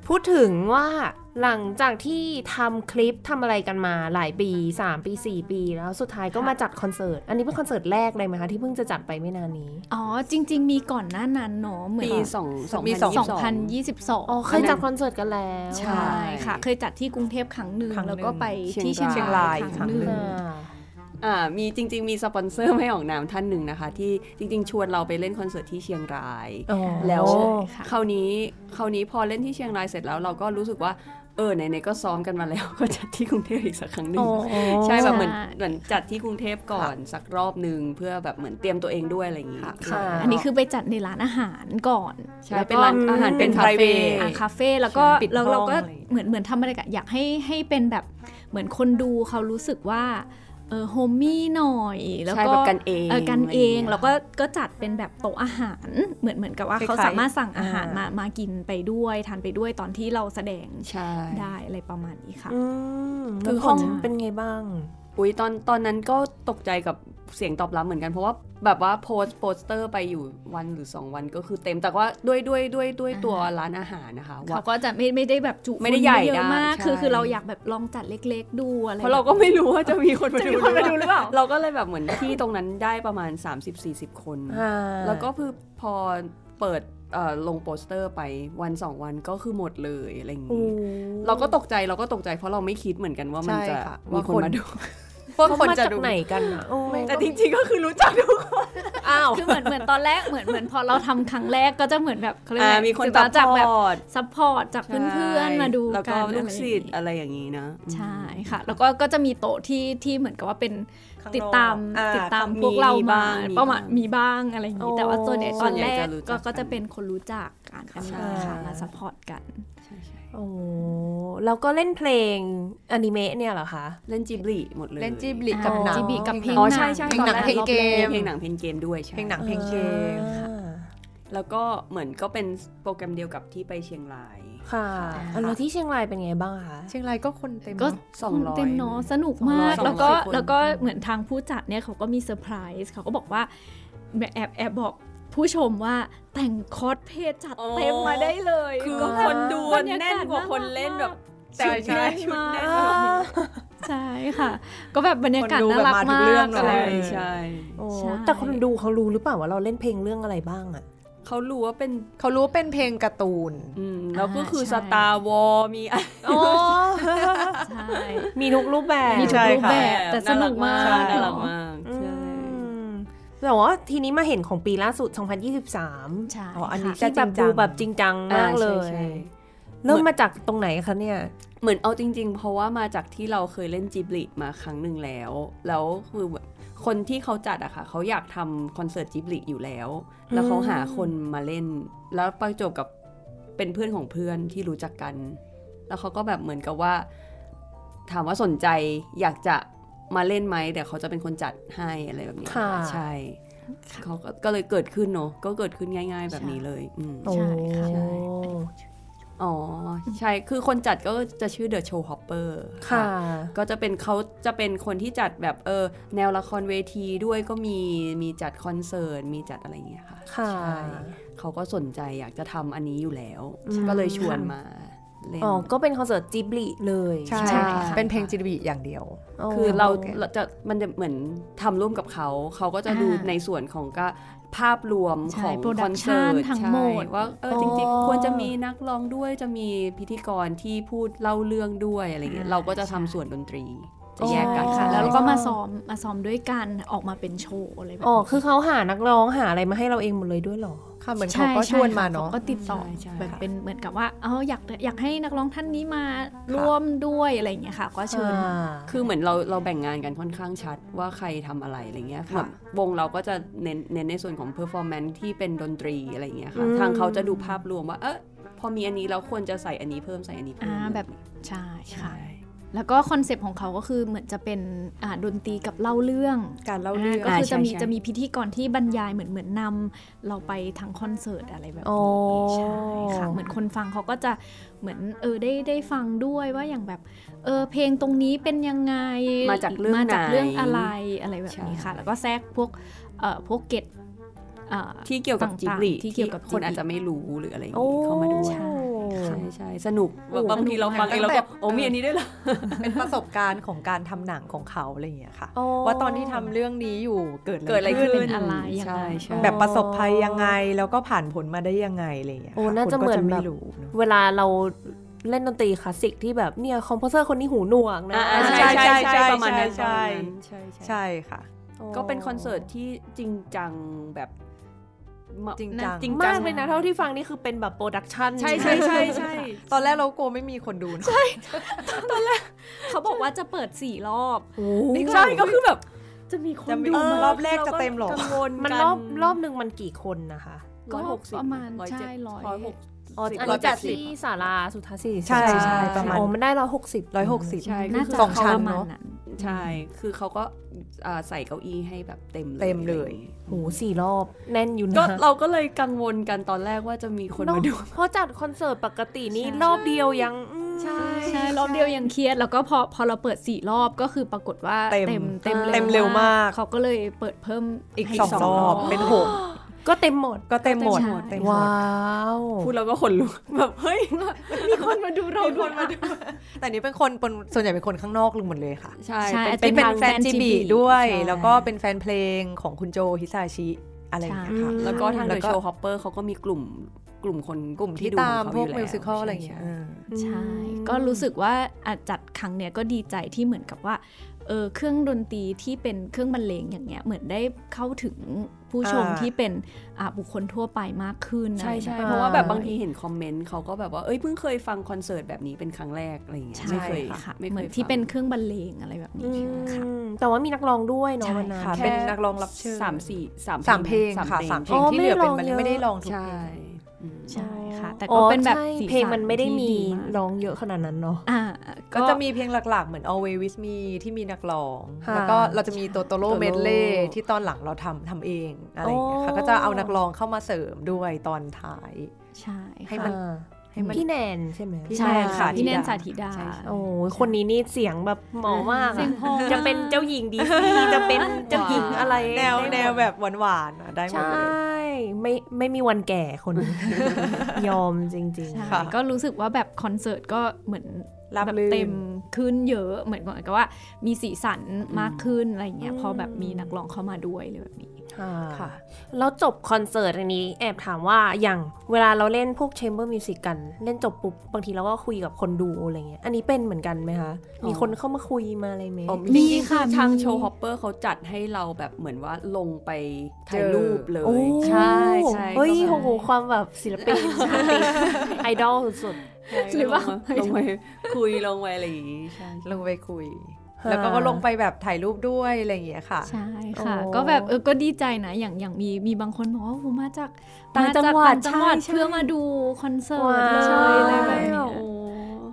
S4: พูดถึงว่าหลังจากที่ทำคลิปทำอะไรกันมาหลายปี 3 ปี 4 ปี แล้วสุดท้ายก็มาจัดคอนเสิร์ต อันนี้เป็นคอนเสิร์ตแรกเลยไหมคะ ที่เพิ่งจะจัดไปไม่นานนี้
S1: อ๋อ จริง ๆ มีก่อนหน้านั้นเนาะเหมือน
S3: ปีสองสอง
S2: มี
S3: พันยี่สิบสอง
S1: 2022
S4: อ๋อ เคยจัดคอนเสิร์ตกันแล้ว
S1: ใช่ค่ะ เคยจัดที่กรุงเทพครั้งหนึ่ง
S2: ครั้งหนึ่
S1: แล้ว
S2: ง
S1: ก็ไปที่
S3: เชี
S1: เชี
S3: ย
S1: ย
S3: ง
S2: ราร
S1: งาย ย
S2: ค
S1: ค
S2: รั้
S1: รั้
S2: ง
S1: งห
S2: หนึ่
S1: นึ่ง
S2: ง
S4: อ่า
S3: อ่ามีจริง ๆ มีสปอนเซอร์ไม่ ออกนามท่านหนึ่งนะคะ ที่จริง ๆ ชวนเราไปเล่นคอนเสิร์ตที่เชียงราย
S4: อ๋อ
S3: แล้ว
S1: ใช่ค่ะ
S3: คราวนี้คราวนี้พอเล่นที่เชียงรายเสร็จแล้วเราก็รู้สึกว่าเออไหนๆก็ซ้อมกันมาแล้ว ก็จัดที่กรุงเทพอีกสักครั้งหนึ่ง ใช่แบบเหมือน
S1: ใช่
S3: เหมือนจัดที่กรุงเทพก่อนสักรอบหนึ่งเพื่อแบบเหมือนเตรียมตัวเองด้วยอะไรอย่างงี้
S2: ค่ะ
S4: ค่ะ
S1: อันนี้คือไปจัดในร้านอาหารก่อน
S3: ใช่
S1: แล้ว
S3: เป็น
S1: ก็
S3: ร้านอาหาร
S2: เป็
S3: เป็น นคาเฟ่
S2: private
S1: อ่ะคาเฟ่แล้วก็
S2: ใช่ปิด
S1: แล้ว
S2: ห้อง
S1: เราก็
S2: อะไรอย่างเงี้ย
S1: เหมือนเหมือนทำบรรยากาศอยากให้ให้เป็นแบบเหมือนคนดูเขารู้สึกว่าเออโฮมมี่หน่อย แล้ว
S3: ใช่
S1: ก็
S3: แบบกันเอง
S1: เออกันเอง
S3: ะไรย่าย
S1: แล้วก็ก็จัดเป็นแบบโต๊ะอาหารเหมือนเหมือนกับว่า
S2: คล้ายๆ
S1: เขาสามารถสั่งอาหาร
S2: อ่าม
S1: มามากินไปด้วยทานไปด้วยตอนที่เราแสดง
S3: ใช่
S1: ได้อะไรประมาณนี้ค่ะ
S4: อืม
S1: คื
S4: คือ
S1: อห้
S4: ห้อ
S1: อง ง
S4: เป็นไงบ้าง
S3: อุ้ยตอนตอนนั้นก็ตกใจกับเสียงตอบรับเหมือนกันเพราะว่าแบบว่าโพสต์โปสเตอร์ไปอยู่วันหรือ 2 วันก็คือเต็มแต่ว่าด้วยด้วยด้วยด้วยตัวร้านอาหารนะคะว่า
S1: เขาก็จะไม่ไม่ได้แบบจุ
S3: ไม่ได้ให
S1: ค
S3: ญ่
S1: นเยอะมาก
S3: ได้
S1: คือ
S3: ใช่
S1: คือเราอยากแบบลองจัดเล็กๆ ดูอะไร
S3: เพราะเราก็ไม่รู้ว่าจะมีคนมา
S1: จะ
S3: ดู
S1: มีคนมาดูหรือเปล่า
S3: เราก็เลยแบบเหมือนที่ตรงนั้นได้ประมาณ 30-40 คน แล้วก็คือพอเปิดเอ่อลงโปสเตอร์ไปวันสองวันก็คือหมดเลยอะไรอย่างนี้เราก็ตกใจเราก็ตกใจเพราะเราไม่คิดเหมือนกันว่ามัน
S2: ใช่
S3: จะ
S2: ค่ะ
S3: มี
S2: ว่า
S3: คน
S2: คน
S3: มาดู
S4: พวกคนจะไหนกันอ่ะโอ้
S3: แต่จริงๆก็คือรู้จักทุกคน
S4: อ้าว
S1: คือเหมือนเหมือนตอนแรกเหมือนเหมือนพอเราทำครั้งแรกก็จะเหมือนแบบเขาเรียก
S3: อ่า
S1: อะไร
S3: มีคน
S1: ศึกษาจากแบบ
S3: support
S1: ซัพพอร์ตจากเพื่อนๆมาดู
S3: แล้ว
S1: กั
S3: ก็
S1: น
S3: ลูกศิษย์อะไรอย่างนี้นะ
S1: ใช่ค่ะ แล้วก็ก็จะมีโต๊ะที่ที่เหมือนกับว่าเป็นติดตาม
S2: อ่
S1: ติดตาม
S2: ค่ะ
S1: พวกเรามา
S3: บ้ง
S1: ประมาณมีบ้างอะไรอย่างนี้
S4: โอ้
S1: แต่ว่าส่วนใหญ่ตอนแรก
S3: ส่วนใหญ่จะรู้จั
S1: ก็
S3: กกัน
S1: ก็จะเป็นคนรู้จักกันกันมาค่ะมาซัพพอร์ตกัน
S3: ใช่ใช่
S4: โอ้แล้วก็เล่นเพลงอนิเมะเนี่ยเหรอคะ
S3: เล่นจิบลิหมดเลย
S2: เล่นจีบลิกับหนัง
S1: จีบลิกับเพลง
S3: อ๋อใช่ใช่
S2: เพลงหนัง
S3: ตอแร
S2: เพลงเกม
S3: เพลงหนังเพลงเกมด้วยใช่
S2: เพลงหนังเพลงเกม
S4: อ่า
S3: แล้วก็เหมือนก็เป็นโปรแกรมเดียวกับที่ไปเชียงราย
S4: ค่ะอ่ะแล้วที่เชียงรายเป็นไงบ้างคะ
S2: เชียงรายก็คนเต็ม
S1: ก็
S2: เนอะ
S3: สองร้อย
S1: เต็มเนาะสนุกมาก
S3: 200
S1: แล้วก็
S3: สองร้อยคน
S1: แล้วก็เหมือนทางผู้จัดเนี่ยเขาก็มีเซอร์ไพรส์เขาก็บอกว่าแอบแอบบอกผู้ชมว่าแต่งคอสเพลย์จัด
S3: โอ้
S1: เต็มมาได้เลย
S3: คือ
S1: ก็
S3: คนดู
S1: บรรยศ
S3: แน่นกว่าคนเล่นแบบ
S2: ใช่ใช่
S3: ชุดแน่น
S4: อ่า
S3: กว่า
S1: ใช่ค่ะ ก็แบบบรรยากาศ
S2: คนดู
S1: น่า
S2: แบบ
S1: รัก
S2: มาทุก
S1: มา
S2: เรื่อง
S1: ก
S2: เนอะ
S1: อะไร
S2: เออ
S3: ใช่ใช่
S4: โอ้
S1: ใช่
S4: แต่คนดูเขารู้หรือเปล่าว่าเราเล่นเพลงเรื่องอะไรบ้างอะ
S3: เขารู้ว่าเป็น
S2: เขารู้ว่าเป็นเพลงการ์ตูน
S3: อืมแล้วก็คือ
S1: ใช่
S3: สตาร์วอลมีอะไร
S1: ใช่
S4: มีทุกรูปแบบ
S1: มีทุก
S2: ใช่
S1: รูป
S2: ค่ะ
S1: แบบแต่สนุกมาก
S3: น่ารักมาก
S4: อื
S3: ใช่
S4: มแต่ว่าทีนี้มาเห็นของปีล่าสุด 2023
S1: ใช่
S2: อ๋ออันนี้
S1: ค่ะ
S4: ที่แบบดูแบบจริงจังมากเลย
S3: ใช่ใช่
S4: เริ่มมาจากตรงไหนคะเนี่ย
S3: เหมือนเอาจริง ๆ เพราะว่ามาจากที่เราเคยเล่นจิบลิมาครั้งหนึ่งแล้ว แล้วคือแบบคนที่เขาจัดอะค่ะเขาอยากทำคอนเสิร์ตจิบลิอยู่แล้ว แล้วเขาหาคนมาเล่น แล้วประจวบกับเป็นเพื่อนของเพื่อนที่รู้จักกัน แล้วเขาก็แบบเหมือนกับว่า ถามว่าสนใจอยากจะมาเล่นไหมเดี๋ยวเขาจะเป็นคนจัดให้อะไรแบบนี้
S4: ค่ะ
S3: ใช่เขาก็ก็เลยเกิดขึ้นเนาะก็เกิดขึ้นง่าย ๆ แบบนี้เลยอืม
S1: ใช่ค่ะ
S4: โอ้
S3: อ๋อ ใช่ คือคนจัดก็จะชื่อ The Show Hopper
S4: ค่ะ
S3: ก็จะเป็นเขาจะเป็นคนที่จัดแบบเออแนวละครเวทีด้วยก็มีมีจัดคอนเสิร์ต มีจัดอะไรอย่างเงี้ยค่ะ
S4: ค่ะ
S3: ใช่เขาก็สนใจอยากจะทำอันนี้อยู่แล้ว
S4: อืม
S3: ก็เลยชวนมา เล่น
S4: อ๋อ ก็เป็นคอนเสิร์ตจิบลิเลย
S2: ใช่
S3: ใช่ค่ะ
S2: เป็นเพลงจิบีอย่างเดียว
S3: คือเรา
S2: โอเค
S3: เราจะมันจะเหมือนทำร่วมกับเขา เขาก็จะ
S1: อ่า
S3: ดูในส่วนของก็ภาพรวม
S1: ใช่
S3: ของ
S1: โปรดัก
S3: คอน
S1: ชั
S3: เสิ
S1: น
S3: ร์ต
S1: ทั้ง
S3: ใช่
S1: หมด
S3: ว่าเออ
S4: โอ้
S3: จริงๆ ควรจะมีนักร้องด้วยจะมีพิธีกรที่พูดเล่าเรื่องด้วยอะไรอย่างเงี้ยเราก็จะทำส่วนดนตรี จะแยกกัน
S1: ค่ะ
S3: ค่ะ
S1: แล้
S3: แล้วว
S1: เรา
S3: เรา
S1: ก็
S3: ก็
S1: มาซ้อมมาซ้อมด้วยกันออกมาเป็นโชว์อะไรแบบ
S4: อ๋อ
S1: นี้
S4: คือเขาหานักร้องหาอะไรมาให้เราเองหมดเลยด้วยเหรอ
S2: ค่ะเหมือน
S1: ใช่
S2: เขาก็ชวนมา
S1: ใค่
S2: เนาะ
S1: ขก็ติดต่อ
S3: ใช่ใช่
S1: แบบ
S3: ค่ะ
S1: เป็นเหมือนกับว่าเอออยากอยากให้นักร้องท่านนี้มาร่วมด้วยอะไรอย่างเงี้ยค่ะ ก็เชิญมา
S3: คือเหมือนเราเราแบ่งงานกันค่อนข้างชัดว่าใครทำอะไรอะไรเงี้ย
S2: ค่ะ
S3: ค่ะวงเราก็จะเน้นเน้นในส่วนของ performance ที่เป็นดนตรีอะไรเงี้ยค่ะ
S4: อืม
S3: ทางเขาจะดูภาพรวมว่าเออพอมีอันนี้เราควรจะใส่อันนี้เพิ่มใส่อันนี้เพิ่ม
S1: อ่าแบบ ใช่ค่ะ
S3: ใช่
S1: แล้วก็คอนเซปต์ของเขาก็คือเหมือนจะเป็นอ่าดนตรีกับเล่าเรื่อง
S2: การเล่าเรื่อง
S1: ก็คือจะมี
S3: ใช่ใช่
S1: จะมีพิธีกรที่บรรยายเหมือนเหมือนนำเราไปทั้งคอนเสิร์ตอะไรแบบ
S4: โอ้
S1: นี้ใช่ค่ะเหมือนคนฟังเขาก็จะเหมือนเออได้ได้ฟังด้วยว่าอย่างแบบเออเพลงตรงนี้เป็นยังไง
S3: มาจากเรื่อง
S1: มาจากเรื่อง
S3: ไหน
S1: อะไรอะไรแบบนี้ค่ะ
S3: ใช่
S1: แล้วก็แทรกพวกเอ่อพวกเกตเอ่อ
S3: ที่เกี่ยวกับ
S1: ต่างๆ
S3: จิบลิ
S1: ที่เกี่ยวกับจิบลิ
S3: คนอาจจะไม่รู้หรืออะไรอย่าง
S4: โอ้
S3: งี้เข้ามาด้วย
S1: ใช่
S3: ใช่ใช่สนุก
S4: โอ้โห
S3: บางทีเราฟังเอง
S2: ตั้
S3: เรา
S2: งแต่
S3: ก็โอ้มีอันนี้ด้วยเหรอ
S2: เป็นประสบการณ์ของการทำหนังของเขาอะไรอย่างเงี้ยค่ะ
S4: อ๋อ
S2: ว่าตอนที่ทำเรื่องนี้อยู่เกิด
S3: เกิดอะไรขึ้น
S1: เป็นอะไรยังไง
S3: ใช่ใช่
S2: แบบประสบภัยยังไงแล้วก็ผ่านผลมาได้ยังไงอะไรอย่างเงี้ย
S4: โอ้
S2: ค่
S4: น่าจะ
S2: คก็
S4: เหมือนแบบ
S2: ไรู้เนอะ
S4: เวลาเราเล่นดนตรีคลาสสิกที่แบบเนี่ยคอมโพเซอร์คนนี้หูหนวกนะ
S3: อ่า
S2: ใช่
S3: ประมาณนั้น
S2: ใช่
S3: ใช่ใช่
S2: ใช่ค่ะ
S3: ก็เป็นคอนเสิร์ตที่จริงจังแบบมา
S2: จริงจัง
S3: จริงจั
S4: มาง กเลยนะ เท่าที่ฟังนี่คือเป็นแบบโปรดักชัน
S3: ใช่ใช่ใช่ใช่
S2: ตอนแรกเรากลัวไม่มีคนดูนะ
S1: เขาบอกว่าจะเปิดสี่รอบ
S4: โอ้
S1: นี่
S4: นี่
S3: ใช่ก็คือแบบ
S1: จะมีคน
S2: จะมี
S1: ดูไห
S2: เอ
S1: ม
S2: อรอบแรกจะเต็มเหรอ
S3: ากังวล
S4: มัน
S3: กั
S4: รอบรอบหนึ่งมันกี่คนนะคะ
S1: ก็
S3: 160
S1: ประมาณ
S3: 170
S1: ใช่ร้อย
S3: หก
S4: อ๋อ
S3: สิบ
S4: อัน
S3: ร้
S4: นี้
S3: ย
S4: จัด
S3: เสิบ
S4: ที่ศาลาสุทธาศิริ
S2: ใช่
S4: ไห
S2: ใช่ประมาณ
S4: โอ้มันได้ร้อยหกสิบ
S2: ร้อยหกสิบ
S3: ใช่
S1: น่าจะ
S2: สองชั้น
S1: ประมาณ
S2: เนอะ
S1: นั้น
S3: ใช่ คือเขาก็อ่าใส่เก้าอี้ให้แบบเต็มเลย
S2: เต็มเลย
S4: โหสี่รอบแน่นอยู่นะ
S3: ก็ เราก็เลยกังวลกันตอนแรกว่าจะมีคน
S4: เนอะ
S3: มาดู
S4: เพราะจัดคอนเสิร์ตปกตินี่
S1: ใช่
S4: รอบเดียวยังอืม
S1: ใช่รอบเดียวยังเครียดแล้วก็พอพอเราเปิดสี่รอบก็คือปรากฏว่า
S2: เต็ม
S1: เต็ม
S2: เต็มเร็วมาก
S1: เขาก็เลยเปิดเพิ่ม
S2: อีก
S1: ให้
S2: สองรอบเป็นหก
S4: ก็เต็มหมด
S2: ก็เต็มหมด
S1: ใช่
S2: เต็มหมด
S4: ว้าว
S3: พูดแล้วก็ขนลุก แบบเฮ้ย
S1: มีคนมาดูเราด้วยอะ
S2: แต่นี้เป็นคนเป็นส่วนใหญ่เป็นคนข้างนอกลุงหมดเลยค่ะ
S3: ใช่
S1: ใช่
S3: เป็น
S1: เป็
S2: เป็น น
S1: ทาง
S2: แฟน
S1: แฟน
S2: จีบี
S1: GB
S2: ด้วย
S1: ใช่
S2: แล้วก็เป็นแฟนเพลงของคุณโจฮิซาชิอะไรอย่างเงี้ยค่ะ
S3: แล้วก็ทาง
S2: แล้
S3: เด
S2: ว
S3: อะ
S2: ก็
S3: โชว์ฮอปเปอร์เขาก็มีกลุ่มกลุ่มคน
S2: กลุ่มที่
S3: ดู
S2: ตาม
S3: ของ
S2: พ
S3: เข
S2: วก
S3: ยู่
S2: มิวสิควล
S3: แ
S2: อะไรอย่างเงี้ย
S3: ใช่
S2: เออ
S1: ใช่
S4: อืม
S1: ก็รู้สึกว่าอาจจัดครั้งเนี้ยก็ดีใจที่เหมือนกับว่าเออเครื่องดนตรีที่เป็นเครื่องบรรเลงอย่างเงี้ยเหมือนได้เข้าถึงผู้ชม
S2: อ่า
S1: ที่เป็นอ่ะบุคคลทั่วไปมากขึ้น
S3: ใช่ใช่
S1: อไ
S3: เพราะว่าแบบบางทีเห็นคอมเมนต์เขาก็แบบว่าเอ้ยเพิ่งเคยฟังคอนเสิร์ตแบบนี้เป็นครั้งแรกอะไรอย่างเงี้ยไม่
S1: ใช่
S3: เคย
S1: ค่ะ
S3: ไม่
S1: เห
S3: เค
S1: มือย นที่
S3: ฟัง
S1: เป็นเครื่องบรรเลงอะไรแบบนี้ค่ะ
S4: แต่ว่ามีนักร้องด้วยเนาะ
S1: ใช่
S4: วันนั้น
S2: ค่ะ เป็นนักร้องรับเชิญ
S3: สามสี่สาม
S2: สามเพลงค่ะสามเพลง
S4: อ๋อ
S2: ที่เหลือเป็น
S4: ไม่
S2: มัน
S4: ได้ลองเยอะ
S2: ไม่ได้ลองทุกเพลง
S3: ใช่อืม
S1: ใช่ค่ะ แต่
S4: อ๋
S1: ก็
S4: อ
S1: เป็นแบบ
S4: ใช่
S1: สีสั
S4: เพลงมันไม่ได้มี
S1: ที่าก
S4: ร้องเยอะขนาดนั้นเนาะ
S1: อ่า
S2: ก็จะมีเพลงหลักๆ เหมือน Always With Me ที่มีนักร้อง
S4: ค่ะ
S2: แล้วก็เราจะมีตัวโตโล่
S3: โตโล่
S2: เมดเล่ที่ตอนหลังเราทำทำเองอะไรอย่างเงี้ยค่ะ
S4: โอ้
S2: ก็จะเอานักร้องเข้ามาเสริมด้วยตอนท้าย
S1: ใช่
S2: ให้มัน
S4: อ่า
S2: ให้มัน
S4: พี่แนนใช่ไหม
S2: พี่
S1: ใช่
S2: แนน
S1: ค่ะ
S2: สาธิดา
S1: พี่แนนสาธิดา
S3: ใช่ใช่
S4: โอ้ยคนนี้นี่เสียงแบบหมอมาก
S1: เสี
S4: อะ
S1: ยงเพราะ
S4: จะเป็นเจ้าหญิงดีซีจะเป็นเจ้าหญิงอะไร
S2: แนว
S4: ได้หมด
S2: แนวแบบหวานๆอะได้หม
S4: ใช่
S2: ดเลย
S4: ไม่ไม่มีวันแก่คน นี้ ยอมจริง
S1: ใช่
S2: ค่ะ
S1: ก็รู้สึกว่าแบบคอนเสิร์ตก็เหมือน
S2: รับ
S1: แบบ
S2: ลื่น
S1: เต็มขึ้นเยอะเหมือนกับว่ามีสีสันมากขึ้นอะไรอย่างเงี้ยพอแบบมีนักร้องเข้ามาด้วยเลยแบบนี้
S4: ๆ ค่ะ
S2: ค่ะ
S4: แล้วจบคอนเสิร์ตอันนี้แอบถามว่าอย่างเวลาเราเล่นพวก chamber music กัน เล่นจบปุ๊บบางทีเราก็คุยกับคนดูอะไรเงี้ย อันนี้เป็นเหมือนกันไหมคะ
S3: อ๋อ
S4: มีคนเข้ามาคุยมาอะไรไหม
S3: อ๋อ
S1: มี
S3: จริงๆ
S1: ค่ะ
S3: อทาง
S1: มี
S3: โชว์ฮอปเปอร์เขาจัดให้เราแบบเหมือนว่าลงไปถ่าย
S2: เจอ
S3: รูปเล
S4: โอ้
S3: ย ใช่ใช่
S4: เฮ้ย
S3: ก็แบบ
S4: โอ้โหความแบบศิลปิน ไอดอลสุด
S3: ใช่
S1: หรือว่า
S3: ลงไปคุยลงไปอะไรอย่างงี้ใช่
S2: ลงไปคุย
S4: ค่ะ
S2: แล้วก็ก็ลงไปแบบถ่ายรูปด้วยอะไรอย่างเงี้ยค่ะ
S1: ใช่ค่ะ
S4: โอ้
S1: ก็แบบเออก็ดีใจนะอย่างอย่างมีมีบางคนบอกว่าโอ้โหมาจาก
S3: ต่างจังหวัด
S1: มาจากต่างจังหวัด
S3: ใช่
S1: เพื่อมาดูคอนเสิร์ต
S4: ว้าว
S1: ใช่อะไรแบบ
S3: แบ
S1: เนี้ย
S3: บโอ้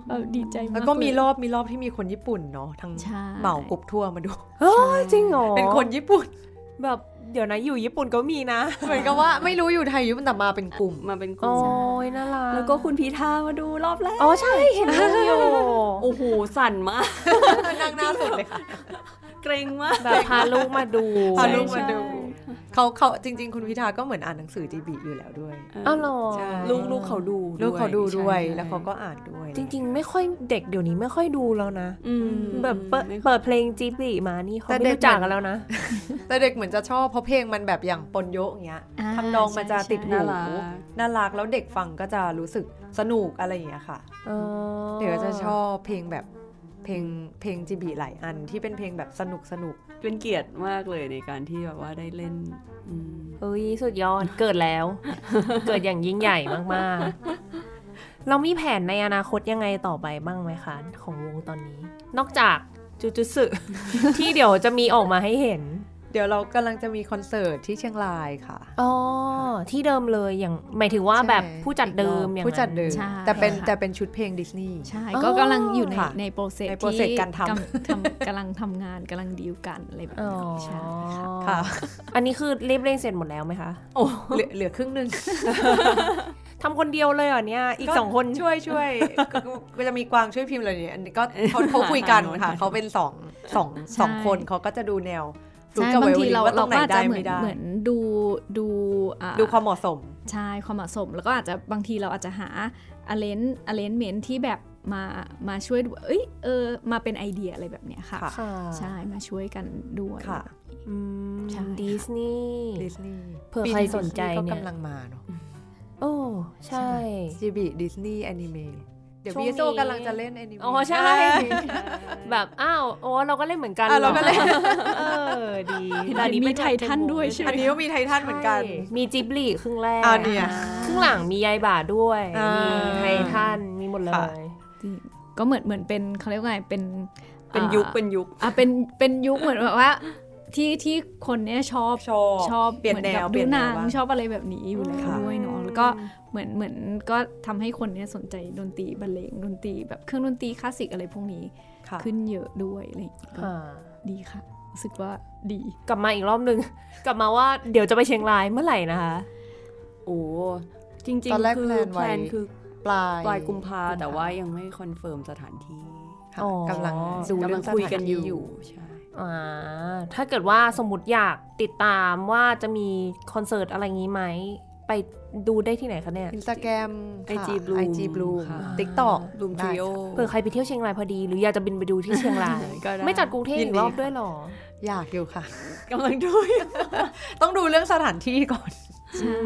S1: แบบดีใจมา
S2: แล้ว
S1: ก
S2: ก็มี
S1: เย
S2: รอบมีรอบที่มีคนญี่ปุ่นเนาะทั้ง
S1: ใช่
S2: เหมากรุ๊ปทัวร์มาดู
S4: ๆเฮ้ยจริงเหรอ
S2: เป็นคนญี่ปุ่น
S4: แบบเดี๋ยวนะอยู่ญี่ปุ่นก็มีนะ
S2: เหมือนกับว่าไม่รู้อยู่ไทยอยู่มันแต่มาเป็นกลุ่ม
S3: มาเป็นกลุ่
S4: โอ้
S3: ม
S4: ยน่ารัก
S3: แล้วก็คุณพีทามาดูรอบแรก
S4: อ๋อใช่เห็นรูปอยู่
S3: โอ้โหสั่นมาก
S2: นางหน้าสุดเลยค่ะ
S3: เกรงมาก
S4: แบบพาลูกมาดู
S2: พาลูกมาดู
S3: ใช่
S2: เขาเขาจริง ๆ คุณพิธาก็เหมือนอ่านหนังสือจีบีอยู่แล้วด้วย
S4: อ้าวเหรอ
S2: ใช่
S3: ลูกลูกเขาดู
S2: ลูกเขาดูด้วย
S3: ใช่
S2: แล้วเขาก็อ่านด้วย
S4: จริง ๆ ไม่ค่อยเด็กเดี๋ยวนี้ไม่ค่อยดูแล้วนะ
S3: อืม
S4: แบบเปิด
S3: ไม่ค่อย
S4: เปิดเพลงจีบลีมานี่เขาไม่รู้จักกันแล้วนะ
S2: แต่เด็กเหมือนจะชอบเพราะเพลงมันแบบอย่างปนโยะอย่างเงี้ย
S1: อ่า
S2: ทำนองมันจะ
S1: ใช่ใช่
S2: ติดหู
S3: น่ารัก
S2: น่ารักแล้วเด็กฟังก็จะรู้สึกสนุกอะไรอย่างเงี้ยค่ะ
S4: อ๋อ
S2: เดี๋ยวจะชอบเพลงแบบเพลงเพลงจีบีหลายอันที่เป็นเพลงแบบสนุกสนุก
S3: เป็นเกียรติมากเลยในการที่แบบว่าได้เล่นอืม
S4: เอ้ยสุดยอด เกิดแล้ว เกิดอย่างยิ่งใหญ่มาก ๆ เรามีแผนในอนาคตยังไงต่อไปบ้างไหมคะ ของวงตอนนี้ นอกจากจูจูสึ ที่เดี๋ยวจะมีออกมาให้เห็น
S2: ๆเดี๋ยวเรากำลังจะมีคอนเสิร์ตที่เชียงรายค่ะ
S4: อ๋อ ที่เดิมเลยอย่างหมายถึงว่า
S2: ใช่
S4: แบบผู้จัดเดิมอย่างนั้น
S2: ผู้จัดเดิม
S1: ใช่
S2: แต่เป็น
S1: ค่ะ
S2: แต่เป็นชุดเพลงดิสนีย์
S1: ใช่
S4: อ๋อ
S1: ก็กำลังอยู่ใน
S2: ค่ะ
S1: ในโปรเซส
S2: ใน process การทำ
S1: กำลังทำงานกำลังดีลกันอะไรแบบ
S4: อ๋อ
S1: นี้ใช่ค่ะ
S2: ค่ะ
S4: อันนี้คือรีบเร่งเสร็จหมดแล้วไหมคะ
S2: โอ้เหลือเหลือครึ่งหนึ่ง
S4: ทำคนเดียวเลยเหรอเนี่ย อีกสองคน
S2: ช่วยช่วยก็ก็จะมีกวางช่วยพิมพ์อะไรเนี่ยอัน นี้ก็เขาเขาคุยกันค่ะ เขาเป็นสองสองสอง
S1: ใช่
S2: คนเขาก็จะดูแนวกับ
S1: ใช่าง
S2: ไโอ
S1: ที
S2: ลิน
S1: เรา
S2: ว่าตร
S1: เรา
S2: งไหน
S1: ก็อาจ
S2: ได้
S1: จะเหมือ
S2: ไม่
S1: น
S2: ได้
S1: เหมือนดูดูอ่า
S2: ดูความเหมาะสม
S1: ใช่ความเหมาะสมแล้วก็อาจจะบางทีเราอาจจะหา arrange arrangement ที่แบบมามาช่วยดูเอ้ยเออมาเป็นไอเดียอะไรแบบเนี้ยค่ะ
S2: ค่ะ
S1: ใช่มาช่วยกันด้วย
S2: ค่ะ
S4: อืม
S1: ใช่
S4: ดิสนีย์
S2: ดิสนีย์
S4: เผื่อใครสนใจเนี่ย
S2: ก็กำลังมาเนาะ
S4: โอ้ ใช่
S2: จีบีดิสนีย์แอนิเมเดี๋ยว
S4: ช่วง
S2: บี
S4: นี้
S2: โซกำลังจะเล่นแอนิเมะ
S4: อ๋อใช่ แบบอ้าวโอ้เราก็เล่นเหมือนกัน
S2: อ่ะเราก็เล่น
S4: เออ ดี
S1: เห็น
S4: แต่อั
S1: มี
S4: เป็
S1: ไททันด้วยใช่ไหม
S2: อันนี้ก็มีไททันเหมือนกัน
S4: ใช่มีจิบลีครึ่งแรก
S2: อ่ะเนี่ย
S4: ครึ่งหลังมียายบ่าด้วย
S2: อ่ามี
S4: มีไททัน มีหมดเล
S2: ค่ะ
S4: ย
S1: จริงก็เหมือนเหมือนเป็นเขาเรียกว่าไงเป็น
S3: เป็นยุค
S1: อ่า
S3: เป็นยุค
S1: อ่ะเป็นเป็นยุคเหมือนแบบว่า ที่ที่คนเนี้ยชอบ
S2: ชอบ
S1: ชอบ
S2: เปลี่ย
S1: ห
S2: น
S1: มือ
S2: แน
S1: กับ
S2: วเป
S1: ดู
S2: ลี่ยน
S1: ห
S2: แน
S1: นั
S2: ว
S1: ง
S2: บ้าง
S1: ชอบอะไรแบบนี้อยู่แล้ว
S2: ค่ะ
S1: ด้วยเนาะแล้วก็เหมือนเหมือนก็ทำให้คนเนี้ยสนใจดนตรีบรรเลงดนตรีแบบเครื่องดนตรีคลาสสิกอะไรพวกนี้
S2: ค่ะ
S1: ขึ้นเยอะด้วยอะไรอย่างเงี้ยก็
S4: ค่ะ
S1: ดีค่ะ รู้สึกว่าดี
S4: กลับมาอีกรอบนึง กลับมาว่าเดี๋ยวจะไปเชียงรายเมื่อไหร่นะคะ
S3: โอ้จริง
S2: ตอนแรก
S3: ๆคือ
S2: แพลนไว้
S3: แพลนคือ
S2: ปลาย
S3: ปลายกุมภาแต่ว่ายังไม่คอนเฟิร์มสถานที่
S2: ค่ะ
S4: อ๋อ
S2: กำลังดู
S3: กำ
S2: เรื่
S3: ลั
S2: อง
S3: ง
S2: สถา
S3: คุยกันอยู่
S2: ที่อยู่
S3: ใช่
S4: อ่าถ้าเกิดว่าสมมติอยากติดตามว่าจะมีคอนเสิร์ตอะไรงี้ไหม ไปดูได้ที่ไหนคะเนี่ย
S2: อินสตาแกรม
S3: IG Bloom
S2: ไอจีบลูม
S3: ค่ะ
S2: ติ๊กต็อก
S3: รูมทริโอ
S4: เผื่อใครไปเที่ยวเชียงรายพอดี หรืออยากจะบินไปดูที่เชียงราย
S3: ก็ได้
S4: ไม่จัดกรุงเทพ
S2: ยิ
S4: อี
S2: น
S4: ก
S2: ดี
S4: รอบด้วยเหรอ
S2: อยากอยู่ค่ะ
S3: กำลังดู
S2: ต้องดูเรื่องสถานที่ก่อน
S1: ใช่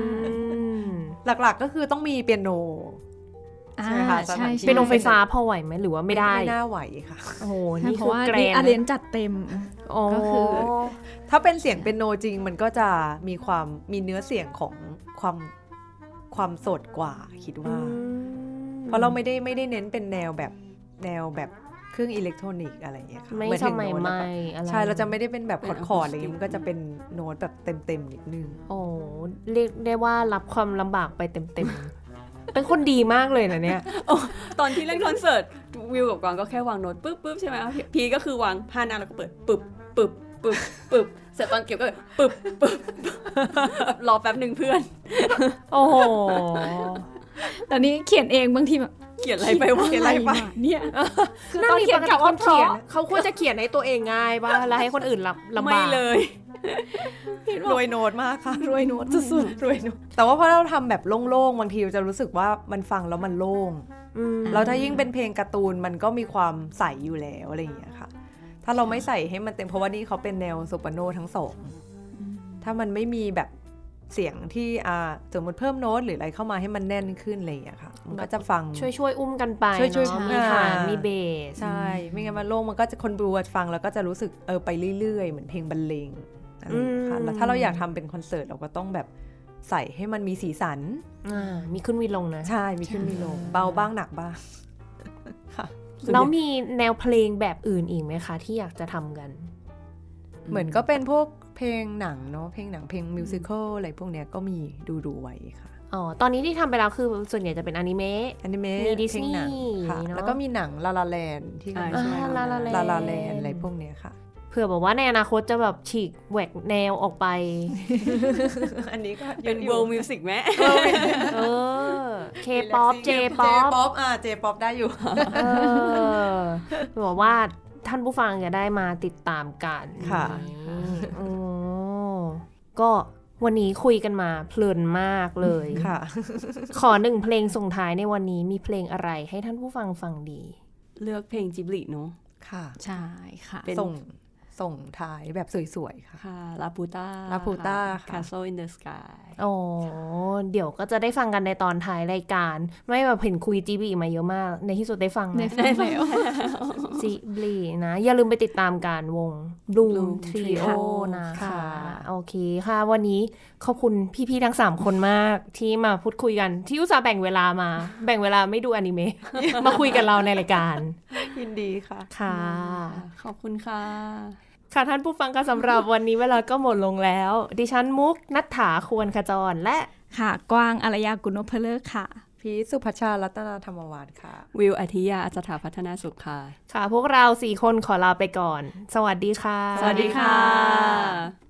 S2: หลักๆก็คือต้องมีเปียโน ใช่ไหมคะ
S1: อ่า
S2: สถานที่
S4: เป็นองค์ไฟฟ้าพอไหวไหมหรือว่าไม่ได้
S2: ไม่น่าไหวค่ะ
S4: โอ้โห
S1: ใช่
S4: นี่
S1: เพ
S4: คื
S1: ราะ
S4: อ
S1: ว่า
S4: แกร
S1: นี่
S4: น
S1: อาเรนจัดเต็ม
S4: โอ้
S1: ก็คือ
S2: ถ้าเป็นเสียงเปียโนจริงมันก็จะมีความมีเนื้อเสียงของความความสดกว่าคิดว่า เพราะเราไม่ได้ไม่ได้เน้นเป็นแนวแบบแนวแบบเครื่องอิเล็กทรอนิกส์อะไรอย่างเงี้ยค่ะ
S4: ไม่
S2: เหอน
S4: ส
S2: ถึง
S4: มัย
S2: โน้ต
S4: ให
S2: แล้ว
S4: ม่
S2: ก็
S4: อะไร
S2: ใช่เราจะไม่ได้เป็นแบบคอร์ดคอร์ดอะไรอย่างงี้มันก็จะเป็นโน้ตแบบเต็มเต็มๆนิดนึง
S4: โอ้เรียกได้ว่ารับความลำบากไปเต็ม ๆ เป็นคนดีมากเลยนะเนี่ย
S3: ตอนที่เล่นคอนเสิร์ตวิวกับกวางก็แค่วางโน้ตปึ๊บปึ๊บใช่ไหมพีพีก็คือวางผ้าหน้าแล้วก็เปิดปึ๊บปึ๊บปึ๊บปึ๊บเสร็จตอนเก็บก็ปึ๊บปึ๊บ ปึ๊บรอแป๊บหนึ่งเพื่อน
S4: โอ้โห
S1: แต่นี้เขียนเองบางทีแบบ
S3: เขียนอะไรไปวะ
S2: เขียนอะไรไป
S1: วเนี่ย
S4: นั่นเขียนกับคนเขียน
S1: พราะ
S4: เขาควรจะเขียนให้ตัวเองง่ายป่ะแล้วให้คนอื่นรับลำบาก
S3: ไม่เลย
S2: รวยโน้ตมากค่ะ
S1: รวยโน้ตสุด
S2: รวยโน้ตแต่ว่าพอเราทำแบบโล่งๆบางทีเราจะรู้สึกว่ามันฟังแล้วมันโล่ง
S4: อืม
S2: แล้วถ้ายิ่งเป็นเพลงการ์ตูนมันก็มีความใสอยู่แล้วอะไรอย่างเงี้ยค่ะ ถ้าเราไม่ใส่ให้มันเต็มเพราะว่านี่เขาเป็นแนวโซปราโนทั้งสองถ้ามันไม่มีแบบเสียงที่อ่าสมมติเพิ่มโน้ตหรืออะไรเข้ามาให้มันแน่นขึ้นอะไรอย่างเงี้ยค่ะมันก็จะฟัง
S4: ช่วยช่วยๆอุ้มกันไป
S2: ช่วยๆ
S4: เน
S2: อ่ามี
S4: อะมีฐานมีเบส
S2: ใช่ ไม่งั้นมันโล่งมันก็จะคนบลูอะฟังแล้วก็จะรู้สึกเออไปเรื่อยๆ เหมือนเพลงบรรเลงอะไรอย่างเงี้ยค่ะ
S4: อืม
S2: แล้วถ้าเราอยากทำเป็นคอนเสิร์ตเราก็ต้องแบบใส่ให้มันมีสีสัน
S4: อ่ามีขึ้นวีลงนะ
S2: ใช่ มีขึ้นมีลง เบาบ้างหนักบ้าง ค่ะ
S4: แล้วมีแนวเพลงแบบอื่นอีกไหมคะ ที่อยากจะทำกัน
S2: เหมือนก็เป็นพวกเพลงหนังเนาะ เพลงหนังเพลงมิวสิควลอะไรพวกเนี้ยก็มีดูดูๆไว้ค่ะ
S4: อ๋อ ตอนนี้ที่ทำไปแล้วคือส่วนใหญ่จะเป็นอนิเมะ
S2: อนิเมะ
S4: มี
S2: เพลงหนัง
S4: Disney
S2: ค่ะ
S4: เนอะ
S2: แล้วก็มีหนังลาลาแลนที่
S3: อ่า
S4: อ่า La La Land
S2: ลาลาแลนอะไรพวกเนี้ยค่ะ
S4: เผื่อแบบว่าในอนาคตจะแบบฉีกแหวกแนวออกไป
S2: อันนี้ก็
S3: เป็น world music ไหม
S4: เออ เคป๊อป เจป๊อป
S2: อปอ่าเจป๊อปได้อยู่
S4: เอ อบอกว่าท่านผู้ฟังจะได้มาติดตามกัน
S2: ค่ะ
S4: อืมโอ้ก็ วันนี้คุยกันมาเพลินมากเลย
S2: ค่ะ
S4: ขอหนึ่งเพลงส่งท้ายในวันนี้มีเพลงอะไรให้ท่านผู้ฟังฟังดี
S3: เลือกเพลงจิบลิเนาะ
S2: ค่ะ
S1: ใช่ค่ะ
S3: เป็น
S2: ส่งส่งท้ายแบบสวยๆค่ะ
S3: ค่ะลาปูตา
S2: Laputa ค่ะ
S3: Castle in the Sky
S4: โอ้เดี๋ยวก็จะได้ฟังกันในตอนท้ายรายการ ไม่แบบเห็นคุยจีบีมาเยอะมาก ในที่สุดได้ฟัง
S1: ได้
S4: นะ
S1: ฟังแล้ว
S4: จีบีนะ อย่าลืมไปติดตามการวง Bloom
S3: Bloom
S4: Trio
S3: Trio
S4: นะคะ
S2: ค่ะ
S4: โอเคค่ะ วันนี้ขอบคุณพี่ๆทั้ง 3 คนมากที่มาพูดคุยกัน ที่อุตส่าห์แบ่งเวลามา แบ่งเวลาไม่ดูอนิเมะ มาคุยกันเราในรายการ
S2: ยินดีค่ะ
S4: ค่ะ
S3: ขอบคุณค่ะ
S4: ค่ะท่านผู้ฟังค่ะสำหรับวันนี้เวลาก็หมดลงแล้ว ดิฉันมุกนัฐถาควรขจรและ
S1: ค่ะ กวางอารยากุณนพเลิกษ์ค่ะ
S2: พีชสุพัชชารัตนาธรรมวาทค่ะ
S3: วิวอธิยาอัจฉาพัฒนาสุขค่ะ
S4: ค่ะพวกเราสี่คนขอลาไปก่อน สวัสดีค่ะ
S3: สวัสดีค่ะ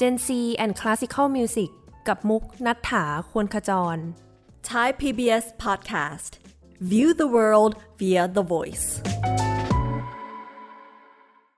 S4: Gen Z and Classical Music กับมุกนัฐถาควรขจร
S3: Thai PBS podcast. View the world via the voice.